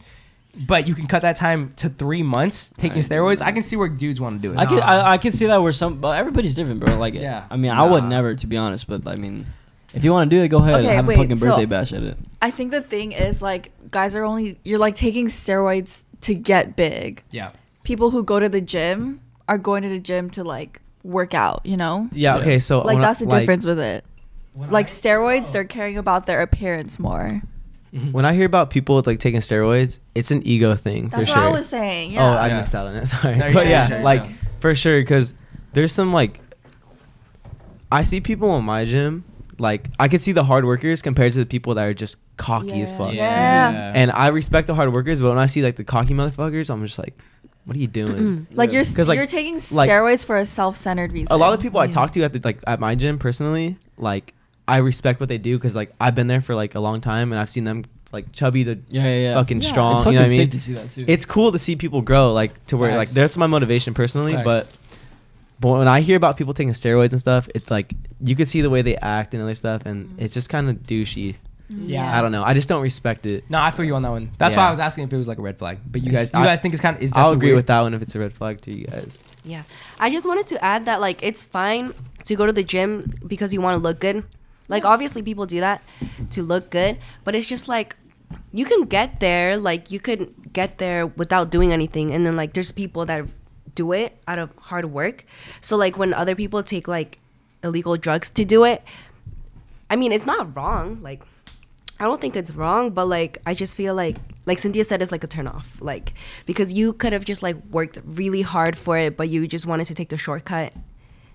But you can cut that time to three months taking steroids. I can see where dudes want to do it.
I can I, I can see that where some, but everybody's different, bro. Like,
Yeah.
yeah. I mean, I would never, to be honest. But I mean, if you want to do it, go ahead and
Okay,
have
wait,
a fucking
so-
birthday bash at it.
I think the thing is like guys are only you're like taking steroids to get big.
yeah,
People who go to the gym are going to the gym to like work out, you know?
Yeah. Okay. So
Like
when I-
that's the difference with it. Like steroids,
Oh.
they're caring about their appearance more.
When I hear about people with like taking steroids, it's an ego thing
That's
for
what
sure.
I was saying.
Oh,
Yeah.
I
Yeah.
missed out on it. Sorry,
No, you're
but
chill,
yeah,
you're chill,
like
you're chill.
for sure, because there's some like I see people in my gym, like I could see the hard workers compared to the people that are just cocky as fuck.
Yeah.
And I respect the hard workers, but when I see like the cocky motherfuckers, I'm just like, what are you doing?
Like you're
'Cause, like-
you're taking
like-
steroids for a self-centered reason.
a lot of the people I talk to at the like at my gym personally, like I respect what they do because like I've been there for like a long time and I've seen them like chubby to
Yeah, yeah, yeah.
fucking
Yeah.
strong.
It's
you know what I
fucking
mean?
sick to see that, too.
It's cool to see people grow, like to where like
Facts.
that's my motivation personally.
Facts.
But but when I hear about people taking steroids and stuff, it's like you could see the way they act and other stuff, and it's just kind of douchey.
yeah.
I don't know. I just don't respect it.
No, I feel you on that one. That's why
Yeah.
I was asking if it was like a red flag. But you guys, you
I-
guys think it's kind of is.
I'll
definitely
agree
weird.
with that one if it's a red flag to you guys.
Yeah. I just wanted to add that like it's fine to go to the gym because you want to look good. Like obviously people do that to look good, but it's just like you can get there, like you could get there without doing anything and then like there's people that do it out of hard work. So like when other people take like illegal drugs to do it, I mean, it's not wrong. Like, I don't think it's wrong, but like, I just feel like, like Cynthia said, it's like a turnoff. Like, because you could have just like worked really hard for it, but you just wanted to take the shortcut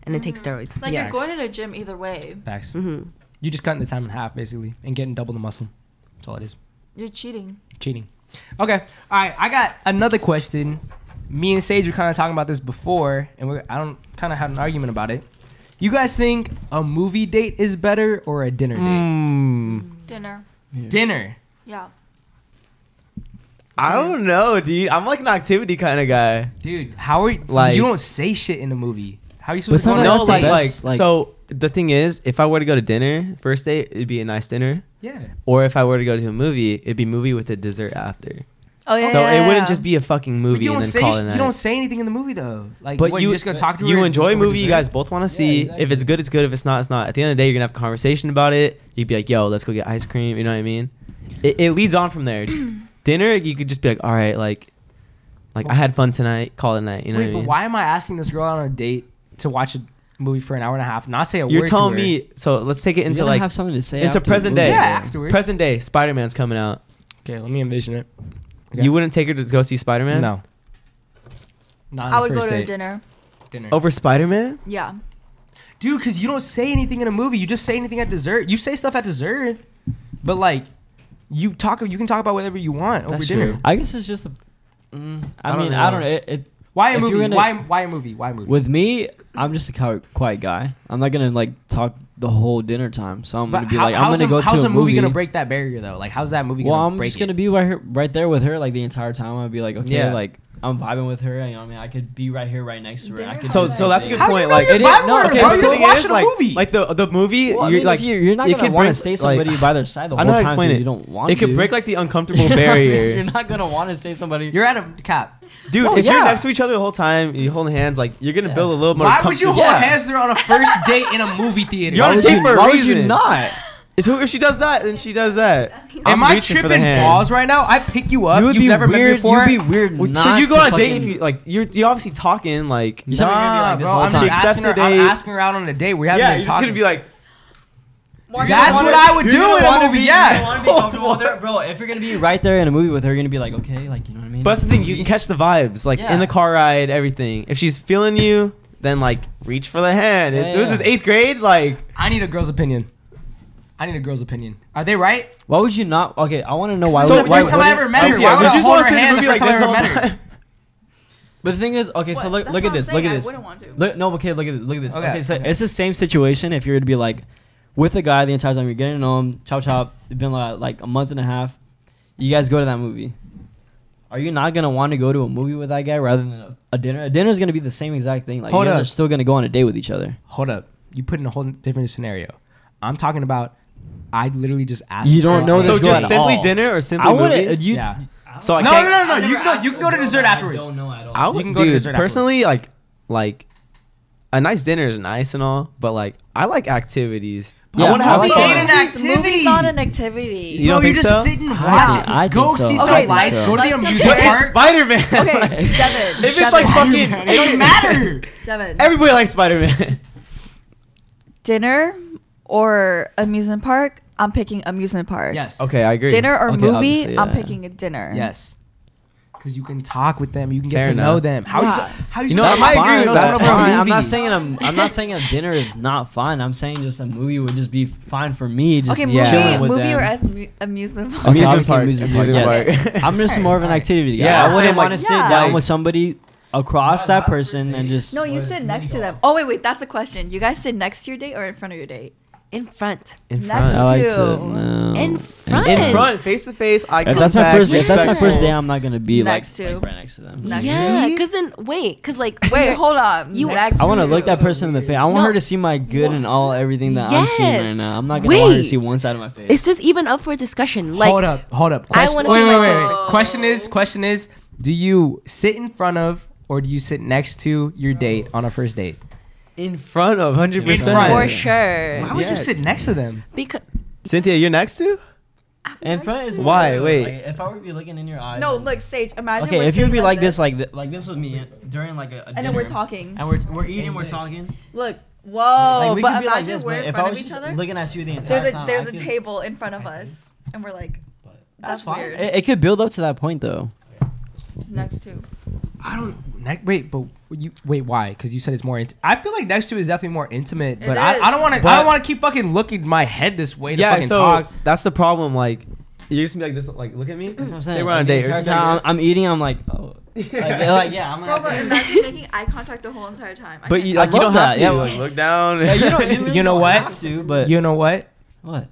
and then take steroids.
like
yeah.
you're going to the gym either way.
Facts.
Mm-hmm.
You just cutting the time in half basically and getting double the muscle. That's all it is.
You're cheating.
Cheating. Okay. All right. I got another question. Me and Sage were kind of talking about this before, and we are I don't kind of had an argument about it. You guys think a movie date is better or a dinner date?
Hmm.
Dinner.
Dinner.
Yeah.
I don't know, dude. I'm like an activity kind of guy.
Dude, how are you?
Like-
you don't say shit in the movie. How are you supposed to go on a
No,
sometimes Oh, that's the
like,
date?
like,
best, like-
so the thing is, if I were to go to dinner first date, it'd be a nice dinner,
Yeah.
or if I were to go to a movie, it'd be movie with a dessert after.
Oh yeah.
so it wouldn't just be a fucking
But
movie
you don't
and then
say
call
sh-
it a
you
night.
don't say anything in the movie though. Like,
but
what,
you
you just gonna talk to her.
you
and-
enjoy a
over
movie you
dessert?
guys both want to see.
exactly.
If it's good, it's good. If it's not, it's not. At the end of the day, you're gonna have a conversation about it. You'd be like, "Yo, let's go get ice cream." You know what I mean? It, it leads on from there. Dinner, you could just be like, "All right, like, like I had fun tonight. Call it a night." You know
Wait,
what I
but
mean?
why am I asking this girl out on a date to watch a movie for an hour and a half? Not say a word.
You're
to
telling
her?
me. So let's take it into
gonna
like
have something to say
into
after the
present
movie.
day.
Yeah, afterwards.
Present day, Spider Man's coming out.
Okay, let me envision it. Okay.
You wouldn't take her to go see Spider Man?
No. Not on
I
the
would go
first
to
date.
dinner.
Dinner.
Over Spider Man?
Yeah.
Oh, Dude, because you don't say anything in a movie. You just say anything at dessert. You say stuff at dessert, but like, you talk. You can talk about whatever you want over
That's
dinner.
true.
I guess it's just. A, mm, I,
I don't
mean,
know.
I don't know. It, it,
Why a
If you're
movie?
gonna-
why? Why a movie? Why a movie?
with me, I'm just a quiet, quiet guy. I'm not gonna like talk the whole dinner time. So I'm
but
gonna be
how-
like, I'm
how's
gonna
a,
go
how's
to
a movie, gonna break that barrier though? Like, how's that movie
Well,
gonna
I'm
break
just gonna
it?
be right here, right there with her, like the entire time. I'd be like, okay,
Yeah.
like I'm vibing with her. You know, what I mean, I could be right here, right next to her. I
Dinner
could
So
do
so that's a
something.
good
How do you
point.
know
like
you're
it-
vibing with her, bro?
the
You're just
thing
watching a
like,
movie.
Like the the movie,
Well, I
you're
mean,
like
if you're, you're not
it
gonna
could
want to
break,
stay
like-
somebody by their side the
I'm
whole
not
time. 'cause
explaining
You
it.
don't want.
It could
to.
break like the uncomfortable
You're
barrier,
not gonna want to stay somebody.
You're at a cap.
dude.
No,
if
yeah.
you're next to each other the whole time, you holding hands, like you're gonna build a little more.
Why would you
comfort-
hold
Yeah.
hands there on a first date in a movie theater?
You're
why
on a
would
date
you,
for a
why would you
reason.
not?
So if she does that, then she does that.
Am I tripping balls right now? I pick you up. You would have never met me before.
Wait, so you go on a date if you like. You're you obviously talking like.
Nah, bro, I'm just
She accepts
asking
the
her, I'm
date.
asking her out on a date. We haven't
Yeah,
been
you're just
talking.
gonna be like.
That's what I would do in a movie. yeah.
bro. If you're gonna be right there in a movie with her, you're gonna be like, okay, like you know what I mean.
But that's the thing. You can catch the vibes, like
Yeah.
in the car ride, everything. If she's feeling you, then like reach for the hand.
Yeah,
It- This
yeah.
is eighth grade, like.
I need a girl's opinion. I need a girl's opinion. Are they right?
Why would you not? Okay, I want to know why.
So
would-
the
why,
first time
why-
I ever met her,
Cynthia,
why would
you
I
just
hold
wanna
her
sit in a
hand the
movie
first
like
time I
this
ever
all
met her?
But the thing is, okay, so look,
That's what
look at
I'm
this, look at
saying, I
this.
wouldn't want to.
Look, no, okay, look at this, look at this.
Okay,
Okay, so it's the same situation if you were to be like with a guy the entire time you're getting to know him, chop chop. It's been like, like a month and a half. You guys go to that movie. Are you not gonna want to go to a movie with that guy rather than a, a dinner? A dinner is gonna be the same exact thing. Like
Hold
you guys
up.
are still gonna go on a date with each other.
Hold up. You put in a whole different scenario. I'm talking about. I literally just asked.
You
the
don't
girl
know
out.
this
So
Let's go
just
out.
simply
Oh.
dinner or simply
I wouldn't-
movie?
you-
Yeah.
So I
no,
can't.
no, no, no. You can go. You can go to dessert afterwards.
I would,
You can go to
dude,
dessert
personally, like, like a nice dinner is nice and all, but like, I like activities.
Yeah,
I want to have
I like
fun.
an
Movies-
activity.
Movies not an activity.
You don't
Bro, you
think
just
so?
sit and watch.
think-
it.
I think
go
so.
see
Okay,
some
let's
lights.
go-
Go to the
let's go
amusement
to-
park.
Spider Man.
Okay, Devin.
if it's like fucking,
It doesn't matter.
Devin.
everybody likes Spider Man.
dinner or amusement park, I'm picking amusement park.
Yes.
okay, I agree.
Dinner or
Okay,
movie,
obviously,
I'm
yeah.
picking a dinner.
Yes. Because you can talk with them. You can get
Fair
to know
enough.
them. How
Yeah.
you, how you
You know,
supposed
I might
to
agree
know
with
someone
that.
from a
That's fine.
movie?
I'm not saying I'm, I'm not saying a dinner is not fun. I'm saying just a movie would just be fine for me. Just
Okay,
Yeah.
movie,
chilling with
movie
them.
or as mu- amusement park.
Okay,
Amusement
obviously
park,
Amusement park.
amusement
yes.
park.
I'm just more of an activity guy.
Yeah,
I
I'm
wouldn't
saying,
want to
like,
sit
yeah.
down
like-
with somebody across that person and just.
No, you sit next to them. Oh wait, wait, that's a question. You guys sit next to your date or in front of your date?
in front.
in
Next
front,
I like to.
to-
No.
In front.
in front, face to face, eye
If
contact.
that's my first. If that's my
respectful.
first day, I'm not gonna be like,
Next to.
like, right next to them.
Next
Yeah,
Really?
because then wait, because like
Wait,
you're-
hold on.
You-
next
I want to
to
look that person in the face. I want
No.
her to see my good and all everything that I'm seeing
Yes.
right now. I'm not gonna want her to see
Wait.
one side of my face.
Is this even up for discussion? Like,
hold up, hold up.
I
Question-
wanna
wait,
see
wait,
my
wait, wait.
friends.
Question is, question is, do you sit in front of or do you sit next to your date on a first date?
in front of hundred
front.
for
percent.
sure.
Why would
Yeah.
you sit next to them?
Because
Cynthia, you're next to?
in front is
Why?
more so,
Wait.
like, if I were to be looking in your eyes.
No,
and-
look, Sage. Imagine.
Okay,
we're
if you would
sitting
be like this,
this,
like th- like this with me during like a, a
and then we're
dinner,
talking.
and we're we're eating, we're talking.
Look, whoa!
Like, we could
oh, but imagine
be like this,
we're
but
in
if I
front
was
of each
just
other.
looking at you the entire
There's a
time,
there's
I
a
could-
table in front of us, and we're like, that's, weird.
It, it could build up to that point though.
next to.
I don't. Ne- wait, but you wait. Why? Because you said it's more. Int- I feel like next to is definitely more intimate. But
It
I,
is.
I don't want to. I
But-
don't want to keep fucking looking my head this way to
Yeah,
fucking
so
talk.
that's the problem. Like, you're just gonna be like this, like, look at me.
That's what I'm saying.
Say we're on a
Like,
date.
the
or
entire
something like
time
this.
I'm, I'm eating. I'm like, oh, like, like, yeah, I'm
Bro,
like.
but imagine making eye contact the whole entire time. I
But
can't-
you, like, you
love
don't
that,
have to.
yeah.
like, look down.
Yeah, you don't. You, really
You know
don't
what?
Have to, but
You know what?
what?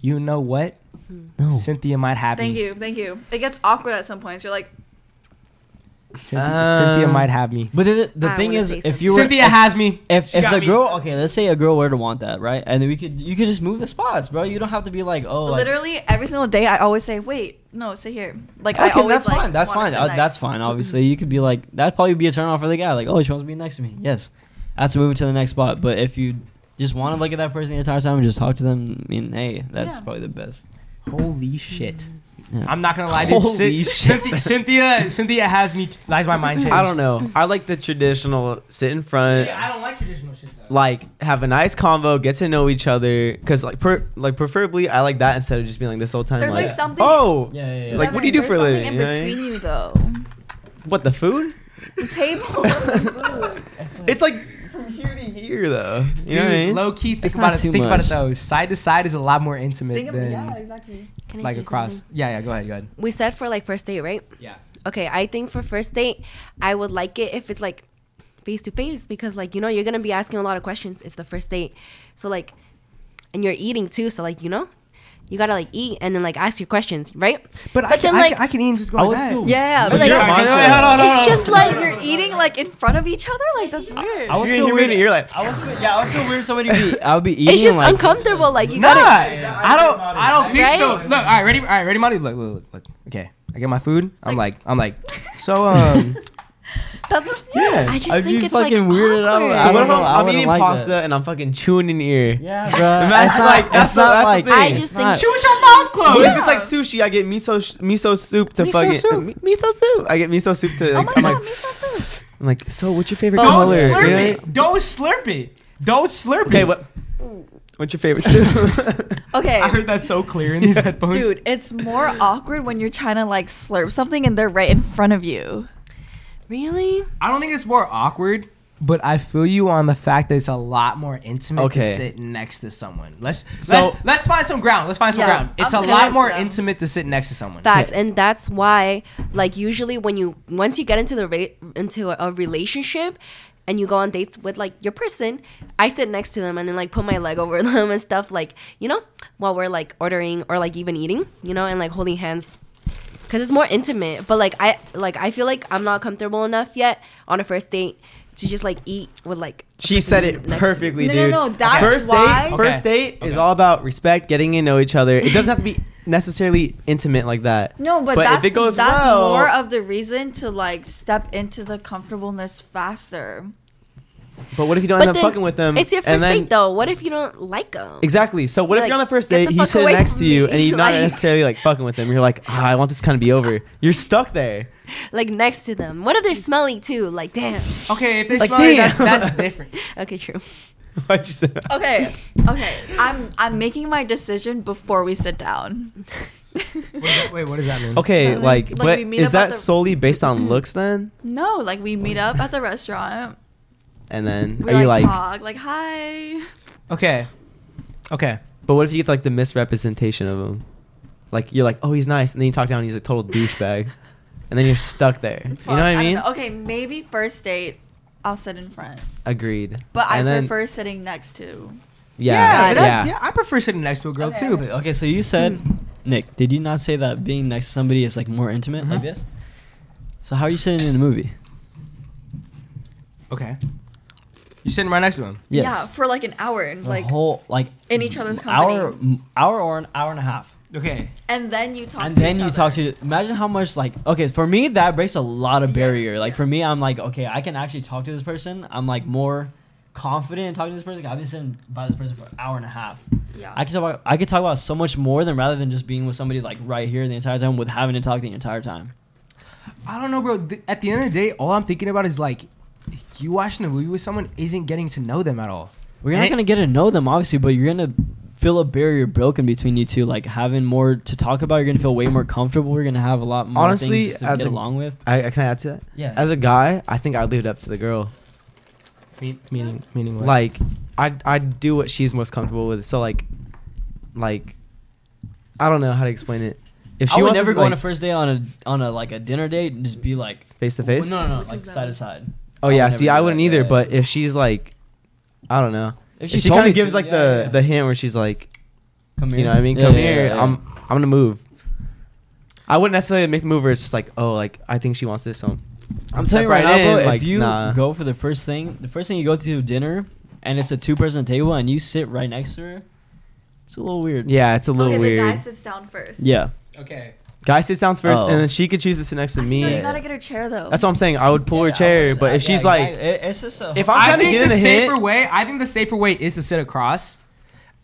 You know what?
Hmm.
No.
Cynthia might have
Thank
me.
you, thank you. It gets awkward at some points. You're like,
Cynthia,
Uh,
Cynthia might have me.
But the, the
I
thing
wanna
is,
say
if
something.
you were
Cynthia
if,
has me.
if,
She
if
got
the
me.
girl, okay, let's say a girl were to want that, right? And then we could you could just move the spots, bro. You don't have to be like, oh, like,
literally every single day. I always say, wait, no, sit here. Like I
Okay,
always
that's
like,
fine. That's
wanna
fine.
sit
Uh,
next.
that's fine. Obviously, you could be like that'd probably be a turn off for the guy. Like, oh, she wants to be next to me. Yes, that's moving to the next spot. But if you just want to look at that person the entire time and just talk to them, I mean, hey, that's
Yeah.
probably the best.
Holy shit.
Yeah.
I'm not gonna lie, dude.
Holy
Holy
shit.
Cynthia, Cynthia, Cynthia has me. Lies my mind changed.
Um, I don't know. I like the traditional sit in front,
I don't like traditional shit though.
like have a nice convo, get to know each other. Cause like, per, like preferably, I like that instead of just being like this whole time.
There's,
like,
like, something-
Oh,
Yeah, yeah, yeah.
Like, what do you do
There's
for a living? You
something In
know what I
between
mean?
you though,
What the food?
the table. and the food.
It's like from here to here, though. You
Dude,
know what I mean?
low key. Think
It's
about
not
it.
too
Think about it
much.
though. Side to side is a lot more intimate
Think of,
than
yeah, exactly.
can I
like
say
across.
something?
Yeah, yeah. Go ahead. Go ahead.
We said for like first date, right?
Yeah.
Okay, I think for first date, I would like it if it's like face to face because like you know you're gonna be asking a lot of questions. It's the first date, so like, and you're eating too, so like you know, you gotta like eat and then like ask your questions, right?
But, I, can,
then
I
like
can- I can even just go
I
like
would
that.
feel-
Yeah,
But
but like,
you're
Wait, wait,
Mantra.
hold on, hold on.
it's just like
you're eating like in front of each other. Like that's weird.
I would
You're in
feel
your
weird.
meeting, You're like,
I would feel, yeah, I would feel weird. if Somebody be, I would be eating.
it's just
like,
uncomfortable. Like you
Nah,
gotta.
I don't. I don't think so.
Right?
Look, all right, ready, all right, ready, Monty. Look, look, look, look. Okay, I get my food. I'm like, I'm like. So, um,
That's what
Yeah.
I just
I'd
think
be
it's like
fucking weirded out.
awkward.
So what if I'm,
know, I
I'm
wouldn't
eating
like
pasta
that.
and I'm fucking chewing in ear?
Yeah,
bro.
bruh. It's
Imagine
not-
like that's
it's
not
not
that's
like-
the thing.
I just think-
Chew
Chew
with your mouth
closed.
But if
Yeah.
it's like sushi, I get miso sh- miso soup to
Miso
fucking
soup.
mi- miso soup. I get miso soup
Oh
to. Like, I'm like, I'm like, so what's your favorite
Don't
color?
slurp
You know?
it. Don't slurp it. Don't slurp
Okay,
it.
what? What's your favorite soup?
Okay.
I heard that so clear in these headphones.
Dude, it's more awkward when you're trying to like slurp something and they're right in front of you.
Really?
I don't think it's more awkward, but I feel you on the fact that it's a lot more intimate
Okay.
to sit next to someone. Let's
So-
let's let's find some ground. Let's find some
Yeah,
ground. It's
I'm
a lot
convinced
more
now.
intimate to sit next to someone.
Facts, and that's why, like, usually when you once you get into the re- into a relationship, and you go on dates with like your person, I sit next to them and then like put my leg over them and stuff, like you know, while we're like ordering or like even eating, you know, and like holding hands, because it's more intimate. But like I like I feel like I'm not comfortable enough yet on a first date to just like eat with like. a
She
person
said it
next to me.
perfectly,
No, no,
dude.
no, that's
first
why-
Date, First date is all about respect, getting to know each other. It doesn't have to be necessarily intimate like that.
No, but,
if
that's,
it goes
that's
well,
more of the reason to like step into the comfortableness faster.
but what if you don't
But
end up
then
fucking with them?
It's your
and
first
then-
date though. What if you don't like them?
Exactly. So what if
Like,
you're on the first
get
date,
the
he's
fuck
sitting
away
next
from
to you,
me.
and you're not
Like-
necessarily like fucking with him. You're like, ah, I want this kind of be over. You're stuck there.
Like next to them. What if they're smelly too? Like damn.
Okay, if they
Like,
smell it,
damn.
that's, that's different.
Okay, true.
Why'd you say
Okay. Okay. I'm I'm making my decision before we sit down.
Wait, what does that mean?
Okay,
Like,
like,
like,
but
we meet
is
up at
that
the-
solely based on looks then?
No, like we meet up at the restaurant.
And then
We
are you
like,
like?
talk, like hi.
Okay. Okay.
But what if you get like the misrepresentation of him? Like you're like, oh, he's nice, and then you talk down, and he's a total douchebag, and then you're stuck there. You know
Fuck,
what I
don't
mean?
know. Okay, maybe first date I'll sit in front.
Agreed.
But I
And then-
prefer sitting next to.
Yeah,
but that's-
yeah.
I prefer sitting next to a girl
Okay,
too.
okay.
But
Okay, so you said,
Hmm.
Nick, did you not say that being next to somebody is like more intimate
Uh-huh.
like
Mhm.
this? So how are you sitting in the movie?
okay. You're sitting right next to him.
Yes.
Yeah, for like an hour and
The
like
whole like
in each other's
hour,
company.
m- hour or an hour and a half,
Okay.
And then you talk
and
to
then
each
you
other.
talk to. Imagine how much like okay for me that breaks a lot of barrier. Like for me, I'm like okay, I can actually talk to this person. I'm like more confident in talking to this person. I've been sitting by this person for an hour and a half.
Yeah.
I could talk about I could talk about so much more than rather than just being with somebody like right here the entire time with having to talk the entire time.
I don't know, bro. Th- at the end of the day, all I'm thinking about is like, you watching a movie with someone isn't getting to know them at all.
We're not
And-
gonna get to know them obviously, but you're gonna feel a barrier broken between you two. Like having more to talk about, you're gonna feel way more comfortable. You're gonna have a lot more
Honestly,
things to
as
get
a-
along with.
I, I can I add to that.
Yeah.
As a guy, I think I'd leave it up to the girl.
Mean- Meaning, meaning what?
Like, I I do what she's most comfortable with. So like, like, I don't know how to explain it. If she
I would
wants
never
to,
go on a
like,
first date on a on a like a dinner date and just be like
face to face.
No, no, no, like side to side.
Oh
I would
yeah,
never
see,
do
I
that,
wouldn't
yeah,
either.
yeah.
But if she's like, I don't know,
If
if
she
she,
told
kind
me
of gives
to,
like
yeah,
the
yeah.
the hint where she's like,
come
you know, what I mean,
Yeah,
come
yeah,
here,
yeah, yeah.
I'm I'm gonna move. I wouldn't necessarily make the move where it's just like, oh, like I think she wants this, so
I'm telling you
step
right now, bro.
in,
if
like,
you
nah.
go for the first thing, the first thing you go to dinner, and it's a two-person table, and you sit right next to her, it's a little weird.
yeah, it's a little
okay,
weird.
the guy sits down first.
Yeah.
okay.
Guy sits down first,
Oh.
and then she could choose to sit next to me.
Actually, no, you gotta get her chair though.
That's what I'm saying. I would pull her
Yeah,
chair,
I-
but if
yeah,
she's like,
exactly. It- it's just a
if
I,
I'm
I
trying to
think
get in
the
the
safer
hint,
way. I think the safer way is to sit across.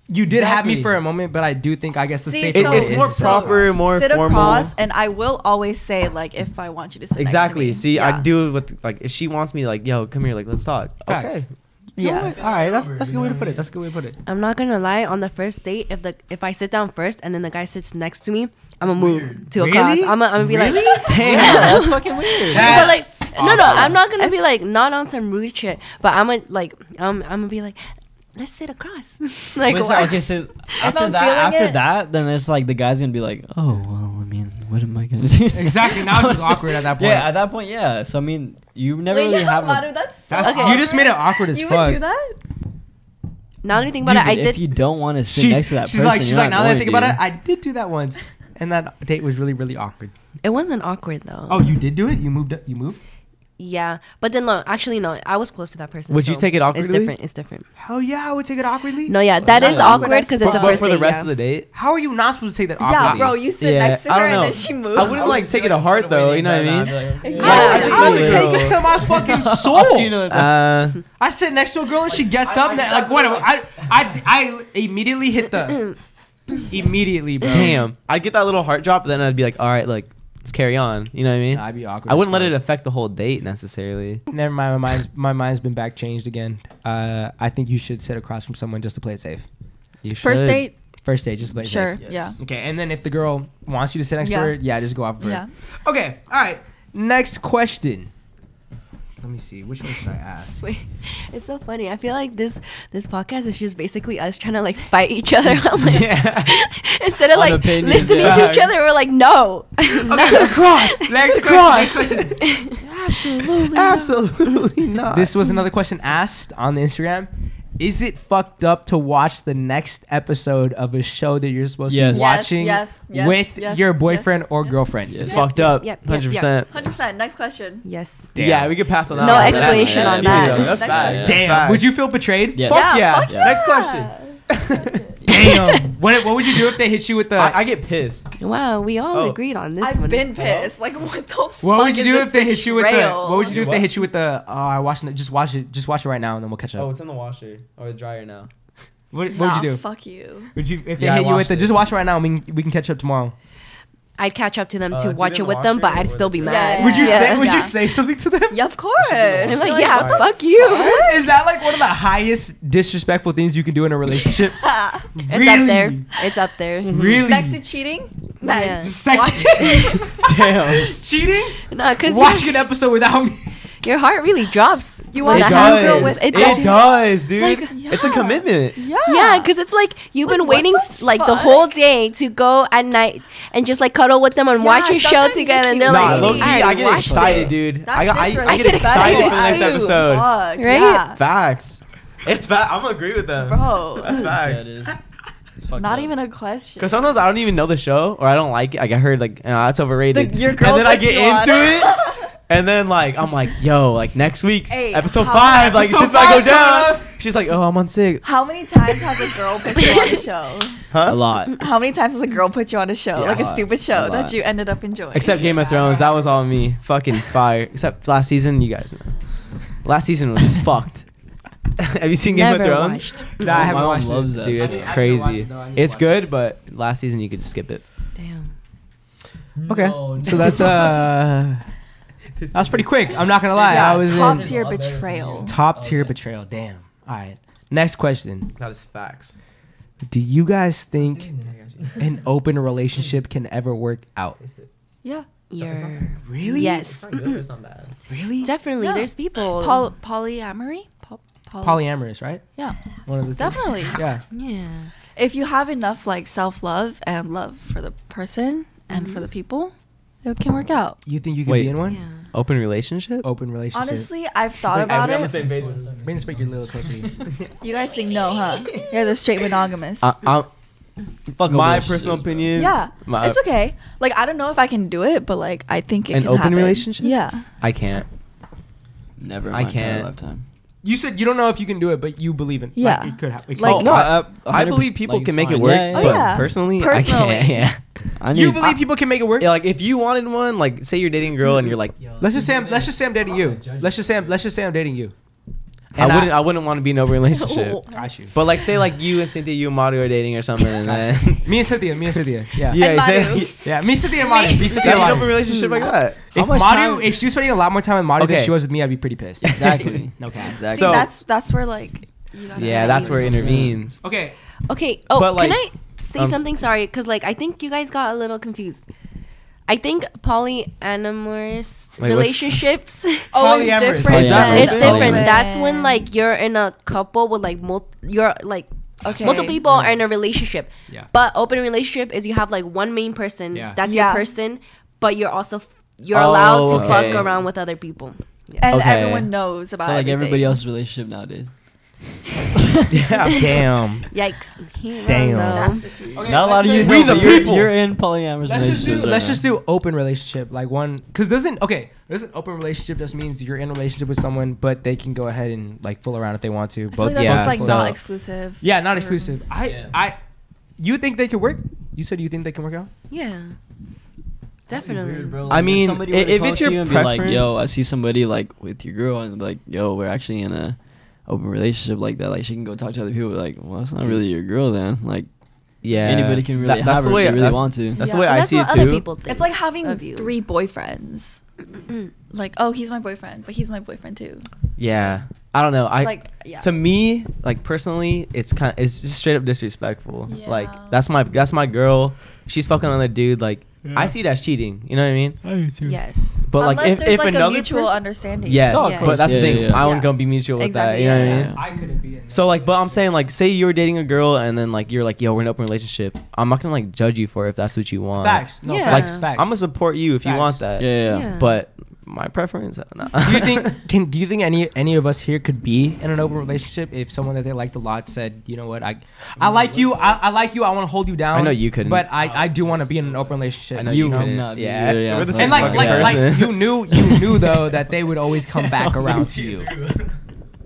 You did have me
Exactly.
for a moment, but I do think I guess the
See,
safer
it,
so-
way
it's
is
more
to sit
proper,
across.
more
sit
formal.
across, and I will always say like if I want you to sit. next to
exactly.
me.
See,
Yeah.
I do with like if she wants me, like, yo, come here, like, let's talk.
Facts.
Okay.
Yeah.
All right, that's that's a good way to put it. That's a good way to put it.
I'm not gonna lie. On the first date, if the if I sit down first and then the guy sits next to me, I'm gonna move to a class.
Really?
I'm gonna, I'm gonna be like,
Damn,
that's
fucking weird.
but like, no, no, I'm not gonna be like not on some rude shit. But I'm gonna like, um, I'm gonna be like, let's sit across. like,
But it's
why-
like, okay, so after
I'm
that,
feeling
after
it-
that, then it's like the guy's gonna be like, oh well, I mean, what am I gonna do?
Exactly, now it's just awkward at that point.
Yeah, at that point, yeah. So I mean, you never
Wait,
really have. a-
Madu, that's so
That's-
Okay.
You just made it awkward as
You
fuck.
would do that?
now that you think
Dude,
about it, I
if
did.
you don't want to sit
She's,
next to that
she's
person,
like, she's
you're
like,
not
now that I
going
think
to."
about it, I did do that once, and that date was really, really awkward.
it wasn't awkward though.
Oh, you did do it? You moved? up- You moved?
Yeah, but then no, actually no, I was close to that person.
Would you
so
take it awkwardly?
It's different. It's different.
Hell yeah, I would take it awkwardly.
No, yeah, that is
Yeah.
awkward because it's
But-
a
but
first
for the
date,
rest
yeah.
of the date.
How are you not supposed to take that
Yeah,
awkwardly?
bro, you sit
Yeah,
next to
I
her
don't
and
know.
then she moves.
I wouldn't like take it to heart though. You know what I mean?
I,
Yeah.
would-
I
I would
just
take
like-
it to my fucking soul.
Uh,
I sit next to a girl and she gets up and that- like whatever. I, I I immediately hit the immediately, bro.
damn. I'd get that little heart drop, but then I'd be like, all right, like let's carry on. You know what I mean?
Nah, I'd be awkward.
I
as
wouldn't let
fuck.
it affect the whole date necessarily.
Never mind. My mind's my mind's been back changed again. Uh, I think you should sit across from someone just to play it safe.
You should.
First date,
First date, just play it
sure,
safe.
yeah,
Okay, and then if the girl wants you to sit next
Yeah.
to her, yeah, just go off of her.
yeah.
Okay. All right. Next question. Let me see. Which one should I ask?
Wait, it's so funny. I feel like this this podcast is just basically us trying to like fight each other. I'm like, Instead of
On
like
opinions,
listening
yeah.
to each other, we're like, no. no.
across. Next question.
Absolutely. Absolutely not.
This was another question asked on the Instagram. Is it fucked up to watch the next episode of a show that you're supposed to
Yes.
be
Yes,
watching
yes, yes,
with
yes,
your boyfriend
yes,
or
yes.
girlfriend?
it's
Yeah.
fucked up.
Yep, yep,
Hundred percent.
Hundred percent. Next question.
Yes.
Damn.
Yeah, we could pass on that.
No
one.
explanation
Yeah,
on
yeah,
that.
yeah, That's
Next
bad.
question.
That's
Damn.
bad.
Would you feel betrayed?
Yes.
Fuck yeah.
fuck
Next question.
yeah.
Damn. what, what would you do if they hit you with the?
I, I get pissed.
Wow, we all
Oh.
agreed on this one.
I've been pissed. Like, what the fuck?
what would you
is
do
this
if they hit you with the?
betrayal?
What would you do if
What?
they hit you with the? Oh, I watched it. Just watch it. Just watch it right now, and then we'll catch up.
Oh, it's in the washer or the dryer now.
what, what
Nah,
would you do?
Fuck you.
Would you if they
Yeah, I
hit you with
watched
the?
it.
Just watch it right now. and We can, we can catch up tomorrow.
I'd catch up to them
Uh,
to
it's
watch
either the
it with them, but
washer
I'd
or
still
the
be
dryer.
mad.
Yeah.
Would you say?
Yeah.
Would
Yeah.
you say something to them?
Yeah, of course.
I'm
You're
like, yeah,
what the
fuck you.
Is that like one of the highest disrespectful things you can do in a relationship?
fuck?
It's up there. It's up there.
Really?
Next to cheating.
Yeah.
Nice.
Sex-
Damn.
cheating?
No, because
Watching an episode without me.
your heart really drops.
You
when
want
that
to
happens.
have a girl with
It
It,
does.
does, dude.
Like,
It's a
yeah.
commitment.
Yeah.
Yeah, because it's like you've
Like,
been
what
waiting
the
s- like the whole day to go at night and just like cuddle with them and
Yeah,
watch a show
sometimes you
together,
just
and they're
keep
nah,
like,
low
looking.
key,
I,
I, get
watched
excited,
it.
dude.
That's
I got, I, I
disrespectful.
get excited for the
I
next
get
episode.
Fuck,
Right?
yeah.
Facts. It's fact. I'm gonna agree with them.
Bro.
That's facts.
Not even a question.
Cause sometimes I don't even know the show or I don't like it. Like I heard like "Nah, that's overrated.
The- your girl
and then I
puts
get
you on.
into it. And then like I'm like, yo, like next week,
Hey,
episode
how-
five, like
Episode
shit's about to
five's
go down.
coming
She's like, oh, I'm on sick,
How many times has a girl put you on a show?
huh?
a lot.
How many times has a girl put you on a show,
Yeah,
like
a
a
lot.
stupid show
A
that
lot.
you ended up enjoying?
Except Game of Thrones, that was all me. Fucking fire. Except last season, you guys know. Last season was fucked. Have you seen Game
Never
of Thrones?
watched.
Nah, I
My
haven't
mom
watched
loves
it.
that.
Dude,
I
it's
need- I need
crazy. it's good, but last season you could just skip it.
Damn.
Okay.
Oh,
No,
So that's uh That was pretty quick. I'm not gonna lie.
yeah,
I was
top
in
tier betrayal.
top tier betrayal. Damn. All right. Next question.
That is facts.
Do you guys think an open relationship can ever work out?
Yeah,
Yeah.
Really?
Yes.
It's not bad.
Really?
Definitely.
Yeah.
There's people.
Poly- polyamory. Po- poly-
Polyamorous, right?
yeah,
One of the two.
definitely.
Yeah.
yeah.
If you have enough like self love and love for the person and for the people, it can work out.
You think you could
Wait.
be in one?
Yeah.
Open relationship?
Open relationship.
Honestly, I've thought
Like, I-
about
I'm
it.
same page.
Bring speak your little close to me.
You guys think no, huh? You guys are straight monogamous.
I, I'm-
Fuck
Uh, my
open
personal
relationship.
opinions.
yeah,
my-
it's okay. Like I don't know if I can do it, but like I think it
An
can
open
happen.
relationship?
Yeah,
I can't.
Never. in
I
my entire
can't.
Lifetime.
You said you don't know if you can do it, but you believe in.
Yeah.
Like, it could happen.
Like-
oh,
no,
I,
I-
I
100%
believe people
like,
can
it's
make it
fine.
work,
Yeah, yeah,
but
yeah.
personally,
Personally.
I can't. Yeah.
I need.
you believe people can make it work?
Yeah, like if you wanted one, like say you're dating a girl and you're like,
Let's just say I'm. Let's just say I'm dating you. Let's just say I'm. Let's just say I'm dating you. Oh,
I wouldn't, I, wouldn't want to be in a relationship.
Got you.
but like say like you and Cynthia, you and Madu are dating or something, and then
Me and Cynthia. Me and Cynthia. Yeah.
yeah,
And
say,
Madu.
Yeah. Me, Cynthia, and Madi. Me, Cynthia,
that's
and
an
Madi.
open relationship like that.
If
much
Madu,
time-
if she was spending a lot more time with Madu than
Okay.
she was with me, I'd be pretty pissed.
Exactly.
no cap.
Exactly.
See,
So-
that's that's where like you gotta
Yeah, that's where it intervenes.
Okay.
Okay. Oh,
But,
can I
like,
say
um, s-
something? Sorry, because like I think you guys got a little confused. I think polyamorous
what's-
relationships
Oh, it's
Polyamorous.
different.
Is that
than-
what
is
Polyamorous.
different.
Oh,
That's when like you're in a couple with like mul- you're like
okay.
multiple people are in a relationship.
Yeah.
But open relationship is you have like one main person.
Yeah.
That's
Yeah.
your person, but you're also you're
Oh,
allowed to
okay.
fuck around with other people.
and
Okay.
everyone knows about
So like
everything.
everybody else's relationship nowadays.
yeah. Damn.
Yikes.
Damn.
Not a lot of you.
We
know,
the
but you're-
people.
You're in polyamorous
Let's just do
relationships.
let's just do open relationship like one because doesn't okay there's an open relationship just means you're in a relationship with someone but they can go ahead and like fool around if they want to
I feel
both
like that's just like
people.
not exclusive.
yeah not
or-
exclusive I I you think they can work you said you think they can work out
Yeah. Definitely.
I mean, i- if it's your
like, yo,
preference-
I see somebody like with your girl, and like, yo, we're actually in a open relationship like that. Like, she can go talk to other people. Like, well, that's not really your girl then. Like,
Yeah.
anybody can really
That-
have
that's the
her
way-
if they really
that's-
want to.
that's
Yeah.
the way
But
I
that's
see it
what
too.
other people think.
It's like having
of you.
three boyfriends. like, oh, he's my boyfriend, but he's my boyfriend too.
Yeah. I don't know. I
Like, yeah.
to me, like personally, it's kind of it's just straight up disrespectful.
Yeah.
Like that's my that's my girl. If She's fucking another dude. Like I
Yeah.
see that's cheating. You know what I mean?
Yes.
But like
Unless
if,
there's
if
like a
another
mutual
person,
understanding.
yes,
Oh, of
but
course.
that's the
Yeah,
thing.
yeah, yeah.
I
Yeah.
wouldn't gonna be mutual with
Exactly,
that. You know what I
yeah.
mean?
I couldn't be in
So like, but I'm saying like, say you're dating a girl and then like you're like, yo, we're in an open relationship. I'm not gonna like judge you for it if that's what you want.
facts no
Yeah.
facts
Like,
facts
I'm gonna support you if you want
Facts.
that.
yeah, yeah.
Yeah.
But my preference. Nah.
do you think can do you think any any of us here could be in an open relationship if someone that they liked a lot said you know what I I like you I, I like you I want to hold you down
I know you couldn't.
but I I do want to be in an open relationship
I know
You
you,
will
couldn't.
not be
yeah.
there, yeah.
We're the
and
same
And
like
fucking
like, like
person.
you knew you knew though that they would always come back around to you. you